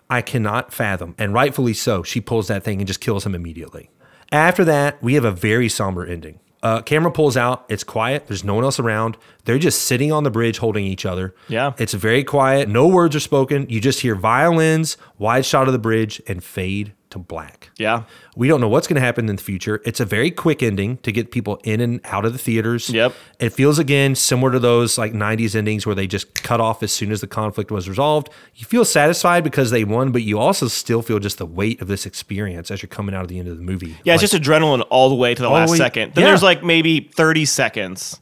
I cannot fathom. And rightfully so. She pulls that thing and just kills him immediately. After that, we have a very somber ending. Uh, camera pulls out. It's quiet. There's no one else around. They're just sitting on the bridge holding each other.
Yeah.
It's very quiet. No words are spoken. You just hear violins, wide shot of the bridge, and fade to black.
Yeah.
We don't know what's going to happen in the future. It's a very quick ending to get people in and out of the theaters.
Yep.
It feels again similar to those like 90s endings where they just cut off as soon as the conflict was resolved. You feel satisfied because they won, but you also still feel just the weight of this experience as you're coming out of the end of the movie.
Yeah,
Like,
it's just adrenaline all the way to the
the
last
way-
second. Then
yeah.
there's like maybe 30 seconds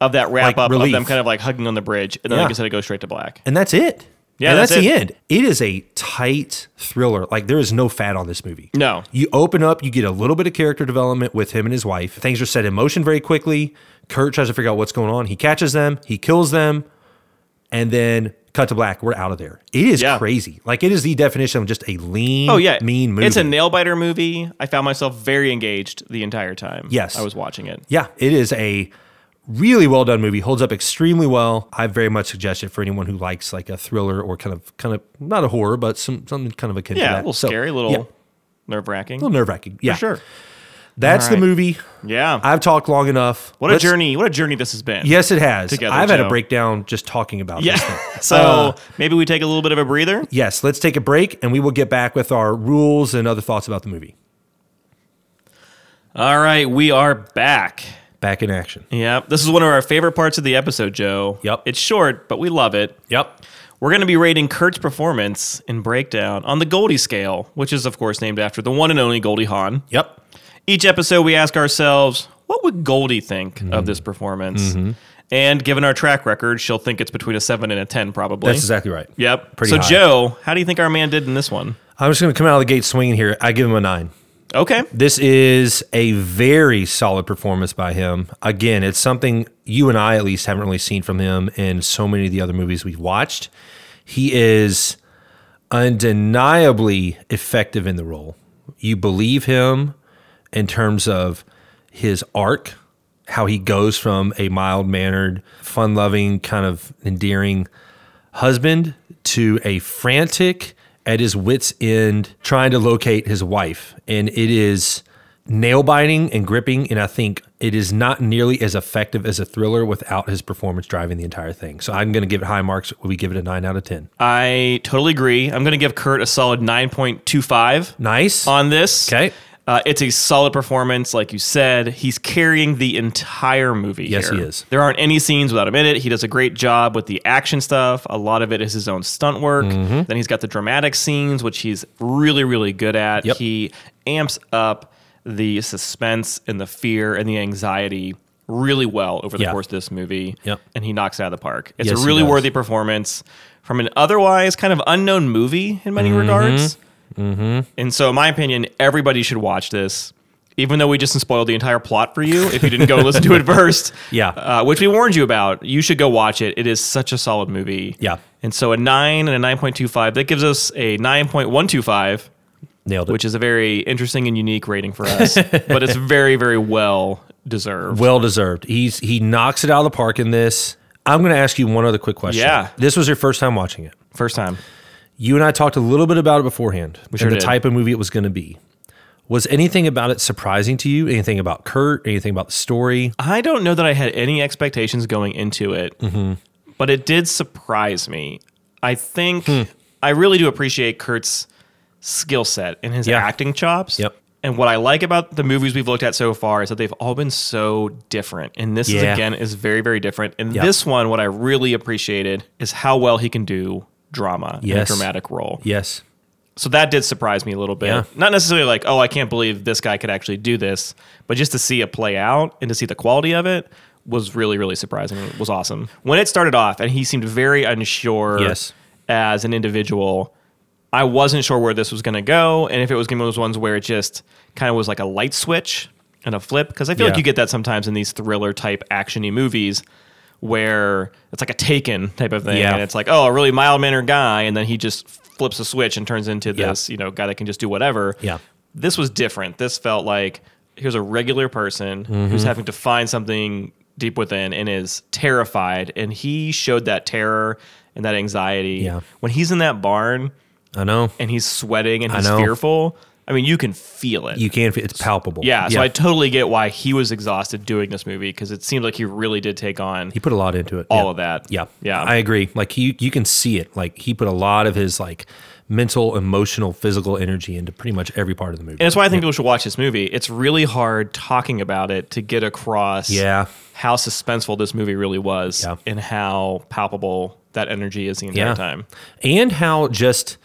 of that wrap
Like
up of
relief.
them kind of like hugging on the bridge. And then, like
Yeah.
I said, it goes straight to black.
and that's it.
Yeah,
And
that's
that's, the
it.
end. It is a tight thriller. Like there is no fat on this movie.
No.
You open up, you get a little bit of character development with him and his wife. Things are set in motion very quickly. Kurt tries to figure out what's going on. He catches them, he kills them, and then cut to black. We're out of there. It is
Yeah.
crazy. Like it is the definition of just a lean,
Oh, yeah.
mean movie.
It's a nail biter movie. I found myself very engaged the entire time.
Yes.
I was watching it.
yeah, it is a really well done movie. Holds up extremely well. I very much suggest it for anyone who likes like a thriller or kind of kind of not a horror, but some something kind of akin to
Yeah,
that.
a little
So,
scary, a little
yeah,
nerve wracking.
little nerve wracking. Yeah,
Sure.
That's
All right.
the movie.
Yeah.
I've talked long enough.
what a
Let's-
journey. What a journey this has been.
Yes, it has.
Together,
I've had
Joe.
a breakdown just talking about
Yeah.
this thing.
so
Uh.
maybe we take a little bit of a breather.
Yes, let's take a break and we will get back with our rules and other thoughts about the movie.
All right. We are back.
Back in action.
Yep. This is one of our favorite parts of the episode, Joe.
Yep.
It's short, but we love it.
Yep.
We're going to be rating Kurt's performance in Breakdown on the Goldie scale, which is, of course, named after the one and only Goldie Hawn.
Yep.
Each episode, we ask ourselves, what would Goldie think of
Mm-hmm.
this performance? And given our track record, she'll think it's between a 7 and a 10, probably.
That's exactly right.
Yep.
Pretty
so,
high.
Joe, how do you think our man did in this one?
I'm just going to come out of the gate swinging here. I give him a nine.
Okay.
This is a very solid performance by him. Again, it's something you and I at least haven't really seen from him in so many of the other movies we've watched. He is undeniably effective in the role. You believe him in terms of his arc, how he goes from a mild mannered, fun loving, kind of endearing husband to a frantic at his wits end trying to locate his wife and it is nail biting and gripping and i think it is not nearly as effective as a thriller without his performance driving the entire thing so i'm going to give it high marks we give it a 9 out of 10
I totally agree. I'm going to give Kurt a solid 9.25
nice
on this.
Okay.
Uh, it's a solid performance, like you said. He's carrying the entire movie.
Yes,
here.
he is.
There aren't any scenes without him in it. He does a great job with the action stuff. A lot of it is his own stunt work.
Mm-hmm.
Then he's got the dramatic scenes, which he's really, really good at.
Yep.
He amps up the suspense and the fear and the anxiety really well over the
Yeah.
course of this movie.
Yep.
And he knocks it out of the park. It's
Yes,
a
he
really
does.
worthy performance from an otherwise kind of unknown movie in
Mm-hmm.
many regards. And so, in my opinion, everybody should watch this, even though we just spoiled the entire plot for you if you didn't go listen to it first.
Yeah.
Uh, which we warned you about. You should go watch it. It is such a solid movie.
Yeah.
And so, a 9 and a 9.25, that gives us a 9.125,
nailed it
which is a very interesting and unique rating for us, but it's very, very well deserved.
well deserved he's he knocks it out of the park in this i'm going to ask you one other quick question
Yeah.
this was your first time watching it
First time.
You and I talked a little bit about it beforehand. We
sure
and the
did.
type of movie it was going to be. Was anything about it surprising to you? Anything about Kurt? Anything about the story?
I don't know that I had any expectations going into it,
Mm-hmm.
but it did surprise me. I
Hmm.
think I really do appreciate Kurt's skill set and his
Yeah.
acting chops.
Yep.
And what I like about the movies we've looked at so far is that they've all been so different. And this is
Yeah.
again is very very different. And
Yep.
this one, what I really appreciated is how well he can do drama in a
Yes.
dramatic role.
Yes.
So that did surprise me a little bit.
Yeah.
Not necessarily like, oh, I can't believe this guy could actually do this, but just to see it play out and to see the quality of it was really, really surprising. It was awesome. When it started off and he seemed very unsure
Yes.
as an individual, I wasn't sure where this was going to go and if it was going to be one of those ones where it just kind of was like a light switch and a flip. Because I feel like
Yeah.
you get that sometimes in these thriller type action y movies where it's like a taken type of thing
Yeah.
and it's like oh a really mild mannered guy and then he just flips a switch and turns into
Yeah.
this you know guy that can just do whatever
Yeah.
this was different this felt like here's a regular person
Mm-hmm.
who's having to find something deep within and is terrified and he showed that terror and that anxiety
Yeah.
when he's in that barn
I know.
and he's sweating and he's
know.
fearful i mean you can feel it
You can. It's palpable.
yeah, so I totally get why he was exhausted doing this movie because it seemed like he really did take on
he put a lot into it.
all
Yeah.
of that.
Yeah.
Yeah.
I agree. Like he you can see it. Like he put a lot of his like mental, emotional, physical energy into pretty much every part of the movie.
And that's why I think people should watch this movie. It's really hard talking about it to get across
Yeah.
how suspenseful this movie really was
Yeah.
and how palpable that energy is the entire
yeah.
time.
And how just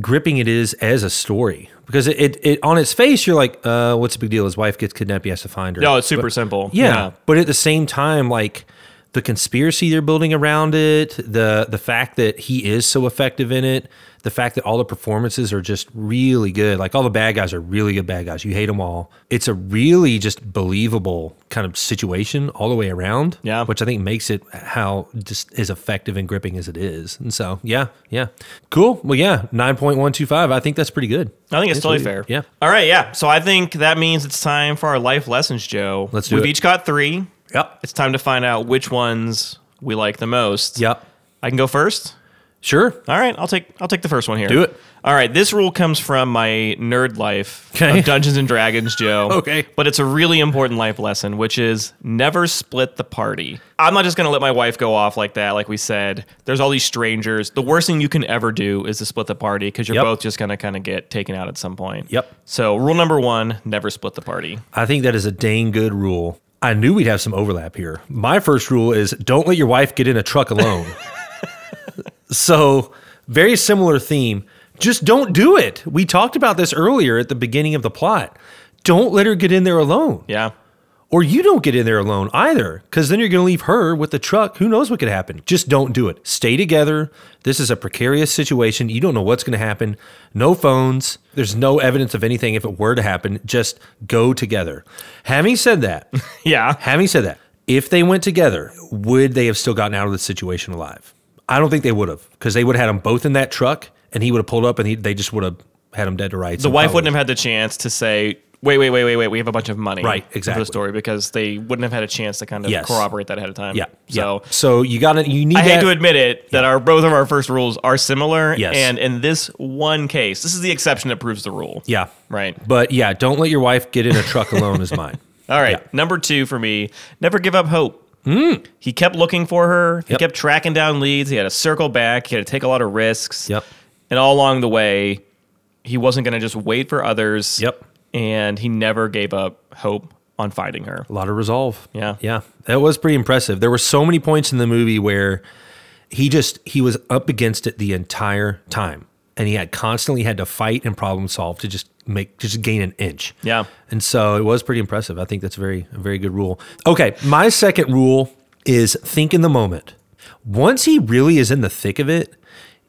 gripping it is as a story. Because it, it, it on its face you're like, uh, what's the big deal? His wife gets kidnapped, he has to find her.
No, it's super simple.
Yeah, but at the same time, like the conspiracy they're building around it, the the fact that he is so effective in it, the fact that all the performances are just really good. Like all the bad guys are really good bad guys. You hate them all. It's a really just believable kind of situation all the way around.
Yeah.
which I think makes it how just as effective and gripping as it is. And so, yeah, yeah, cool. Well, yeah, nine point one two five. I think that's pretty good.
I think it's totally
really-
fair.
Yeah.
All right. Yeah. So I think that means it's time for our life lessons, Joe.
Let's do
We've
it.
each got three.
Yep.
It's time to find out which ones we like the most.
Yep.
I can go first.
Sure.
All right, I'll take I'll take the first one here.
Do it.
All right, this rule comes from my nerd life
Okay.
of Dungeons and Dragons, Joe.
Okay.
but it's a really important life lesson, which is never split the party. I'm not just gonna let my wife go off like that. Like we said, there's all these strangers. The worst thing you can ever do is to split the party because you're
Yep.
both just gonna kind of get taken out at some point.
Yep.
So rule number one: never split the party.
I think that is a dang good rule. I knew we'd have some overlap here. My first rule is don't let your wife get in a truck alone. so, very similar theme. Just don't do it. We talked about this earlier at the beginning of the plot. Don't let her get in there alone.
Yeah.
Or you don't get in there alone either, because then you're going to leave her with the truck. Who knows what could happen? Just don't do it. Stay together. This is a precarious situation. You don't know what's going to happen. No phones. There's no evidence of anything if it were to happen. Just go together. Having said that,
Yeah.
having said that, if they went together, would they have still gotten out of the situation alive? I don't think they would have, because they would have had them both in that truck and he would have pulled up and he, they just would have had him dead to rights.
The wife wouldn't have had the chance to say, "Wait, wait, wait, wait, wait. We have a bunch of money."
Right,
For
exactly.
the story because they wouldn't have had a chance to kind of
Yes.
corroborate that ahead of time.
Yeah.
So
So, so you got to, you need
I hate
that-
to admit it that our both of our first rules are similar.
Yes.
And in this one case, this is the exception that proves the rule.
Yeah.
Right.
But yeah, don't let your wife get in a truck alone is mine.
All right.
Yeah. Hmm.
Number two for me, never give up hope. He kept looking for her. He
Yep.
kept tracking down leads. He had to circle back. He had to take a lot of risks.
Yep.
And all along the way, he wasn't going to just wait for others.
Yep.
And he never gave up hope on finding her.
A lot of resolve.
Yeah.
Yeah. That was pretty impressive. There were so many points in the movie where he just he was up against it the entire time. And he had constantly had to fight and problem solve to just make to just gain an inch.
Yeah.
And so it was pretty impressive. I think that's a very a very good rule. Okay, my second rule is think in the moment. Once he really is in the thick of it,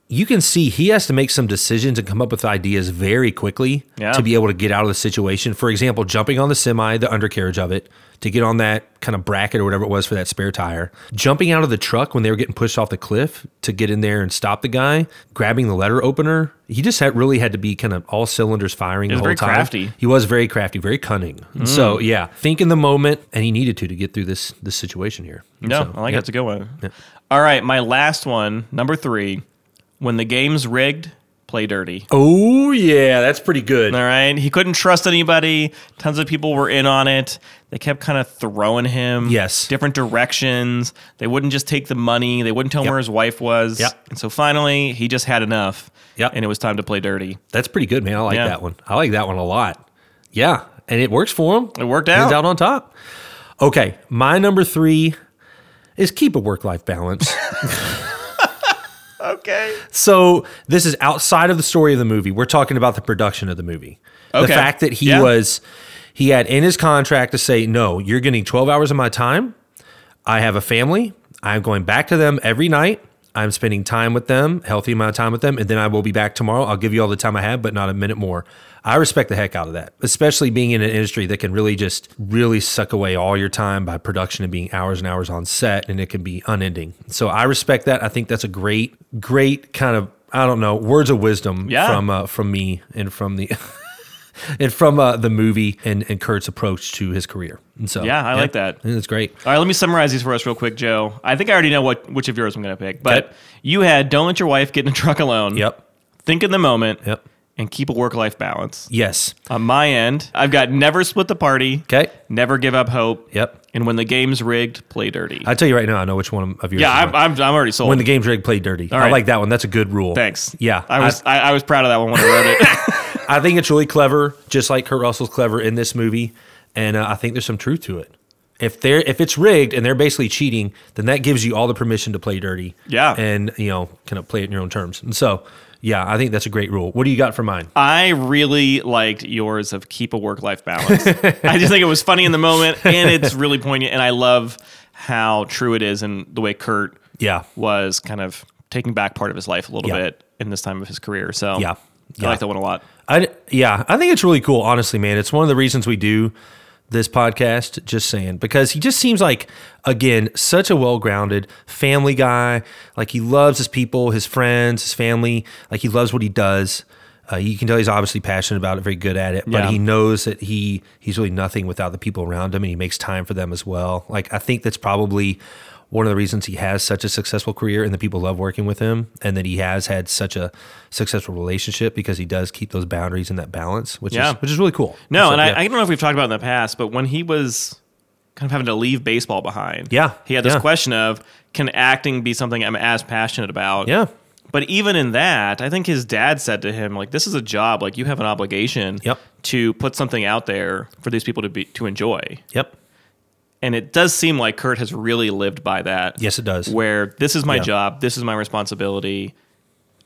you can see he has to make some decisions and come up with ideas very quickly
Yeah.
to be able to get out of the situation. For example, jumping on the semi, the undercarriage of it, to get on that kind of bracket or whatever it was for that spare tire, jumping out of the truck when they were getting pushed off the cliff to get in there and stop the guy, grabbing the letter opener. He just had really had to be kind of all cylinders firing the
was
whole
very
time.
crafty. Mm.
He was very crafty, very cunning. And So yeah, think in the moment, and he needed to to get through this this situation here.
No,
So,
I like
yeah.
that's a good one. All right, my last one, number three. When the game's rigged, play dirty.
Oh yeah, that's pretty good.
All right. He couldn't trust anybody. Tons of people were in on it. They kept kind of throwing him
Yes.
different directions. They wouldn't just take the money. They wouldn't tell him
Yep.
where his wife was.
Yep.
And so finally, he just had enough.
Yep.
And it was time to play dirty.
That's pretty good, man. I like
Yeah.
that one. I like that one a lot. Yeah, and it works for him.
It worked
Ends
out.
out on top. Okay, my number three is keep a work life balance.
Okay.
so this is outside of the story of the movie. We're talking about the production of the movie. The
Okay.
fact that he
Yeah.
was he had in his contract to say, no, you're getting 12 hours of my time. I have a family. I'm going back to them every night. I'm spending time with them, healthy amount of time with them, and then I will be back tomorrow. I'll give you all the time I have, but not a minute more. I respect the heck out of that, especially being in an industry that can really just really suck away all your time by production and being hours and hours on set, and it can be unending. So I respect that. I think that's a great, great kind of I don't know words of wisdom
Yeah.
from uh, from me and from the and from uh, the movie and and Kurt's approach to his career. And so
Yeah, I like that.
I think that's great.
All right, let me summarize these for us real quick, Joe. I think I already know what which of yours I'm going to pick, but
Okay.
you had don't let your wife get in a truck alone.
Yep.
Think in the moment.
Yep.
And keep a work life balance.
Yes.
On my end, I've got never split the party.
Okay.
Never give up hope.
Yep.
And when the game's rigged, play dirty.
I tell you right now, I know which one of yours.
yeah,
is
I'm,
mine.
I'm, I'm already sold.
when the game's rigged, play dirty. I
right.
like that one. That's a good rule.
Thanks.
Yeah,
I was I, I was proud of that one when I wrote it.
I think it's really clever, just like Kurt Russell's clever in this movie, and uh, I think there's some truth to it. If they're if it's rigged and they're basically cheating, then that gives you all the permission to play dirty.
Yeah.
and you know, kind of play it in your own terms. And so, yeah, I think that's a great rule. What do you got for mine?
I really liked yours of keep a work life balance. I just think it was funny in the moment, and it's really poignant. And I love how true it is, and the way Kurt
Yeah,
was kind of taking back part of his life a little
Yeah.
bit in this time of his career. So
Yeah. Yeah.
I like that one a lot.
I yeah, I think it's really cool. Honestly, man, it's one of the reasons we do this podcast. Just saying, because he just seems like again such a well-grounded family guy. Like he loves his people, his friends, his family. Like he loves what he does. Uh, you can tell he's obviously passionate about it, very good at it. But
Yeah.
he knows that he he's really nothing without the people around him, and he makes time for them as well. Like I think that's probably one of the reasons he has such a successful career and that people love working with him and that he has had such a successful relationship because he does keep those boundaries and that balance which
Yeah.
is which is really cool
No,
So,
and
yeah.
I, I don't know if we've talked about it in the past, but when he was kind of having to leave baseball behind,
Yeah,
he had this
yeah.
question of can acting be something I'm as passionate about?
Yeah.
But even in that, I think his dad said to him, like, this is a job, like you have an obligation
Yep.
to put something out there for these people to be to enjoy.
yep
And it does seem like Kurt has really lived by that.
Yes, it does.
Where this is my
Yeah.
job, this is my responsibility,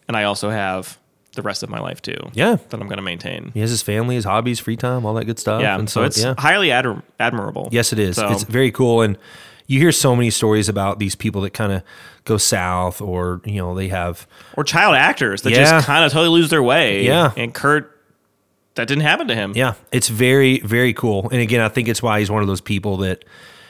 and I also have the rest of my life too.
Yeah.
That I'm gonna maintain.
he has his family his hobbies free time all that good stuff
Yeah,
and
so, it's
yeah.
highly admir- admirable.
Yes, it is.
So,
It's very cool, and you hear so many stories about these people that kind of go south, or you know, they have
or child actors that
Yeah.
just kind of totally lose their way.
Yeah.
and Kurt, that didn't happen to him.
yeah. It's very very cool, and again, I think it's why he's one of those people that.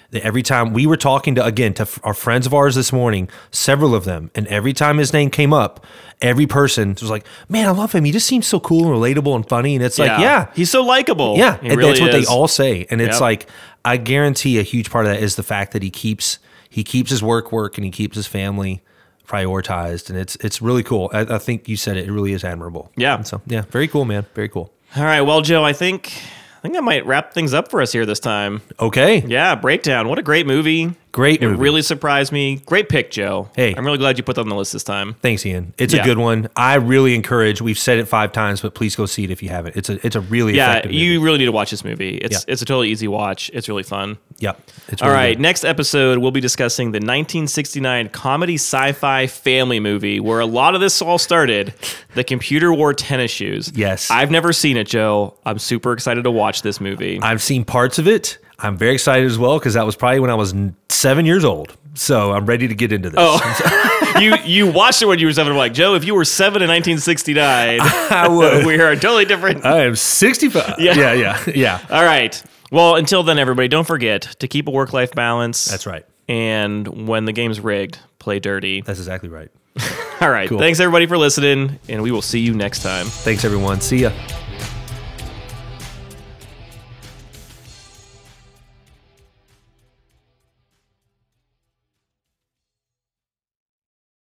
that Every time we were talking to again to f- our friends of ours this morning, several of them, and every time his name came up, every person was like, "Man, I love him. He just seems so cool and relatable and funny." And it's like, yeah,
he's so likable.
Yeah,
He
and
really
that's what
is.
they all say, and it's
Yep.
like I guarantee a huge part of that is the fact that he keeps he keeps his work work and he keeps his family prioritized, and it's it's really cool. I, I think you said it; it really is admirable.
Yeah.
And so yeah, very cool, man. Very cool.
All right, well, Joe, I think I think that might wrap things up for us here this time.
Okay,
Yeah, breakdown. What a great movie.
great
It
movie.
really surprised me. Great pick, Joe.
Hey.
I'm really glad you put that on the list this time.
Thanks, Ian. It's
Yeah.
a good one. I really encourage. We've said it five times, but please go see it if you haven't. It's a it's a really
Yeah,
effective
you
movie.
really need to watch this movie. It's
Yeah.
it's a totally easy watch. It's really fun.
Yep. It's
All
really
right,
good.
next episode we'll be discussing the 1969 comedy sci-fi family movie where a lot of this all started. The computer wore tennis shoes.
Yes.
I've never seen it, Joe. I'm super excited to watch this movie.
I've seen parts of it. I'm very excited as well because that was probably when I was n- seven years old. So I'm ready to get into this.
Oh, you you watched it when you were seven. I'm like, Joe, if you were seven in 1969,
I would. Uh,
we are totally different.
I am 65. Yeah, yeah, yeah.
All right. Well, until then, everybody, don't forget to keep a work life balance.
That's right.
And when the game's rigged, play dirty.
That's exactly right.
All right.
Cool.
Thanks, everybody, for listening, and we will see you next time.
Thanks, everyone. See ya.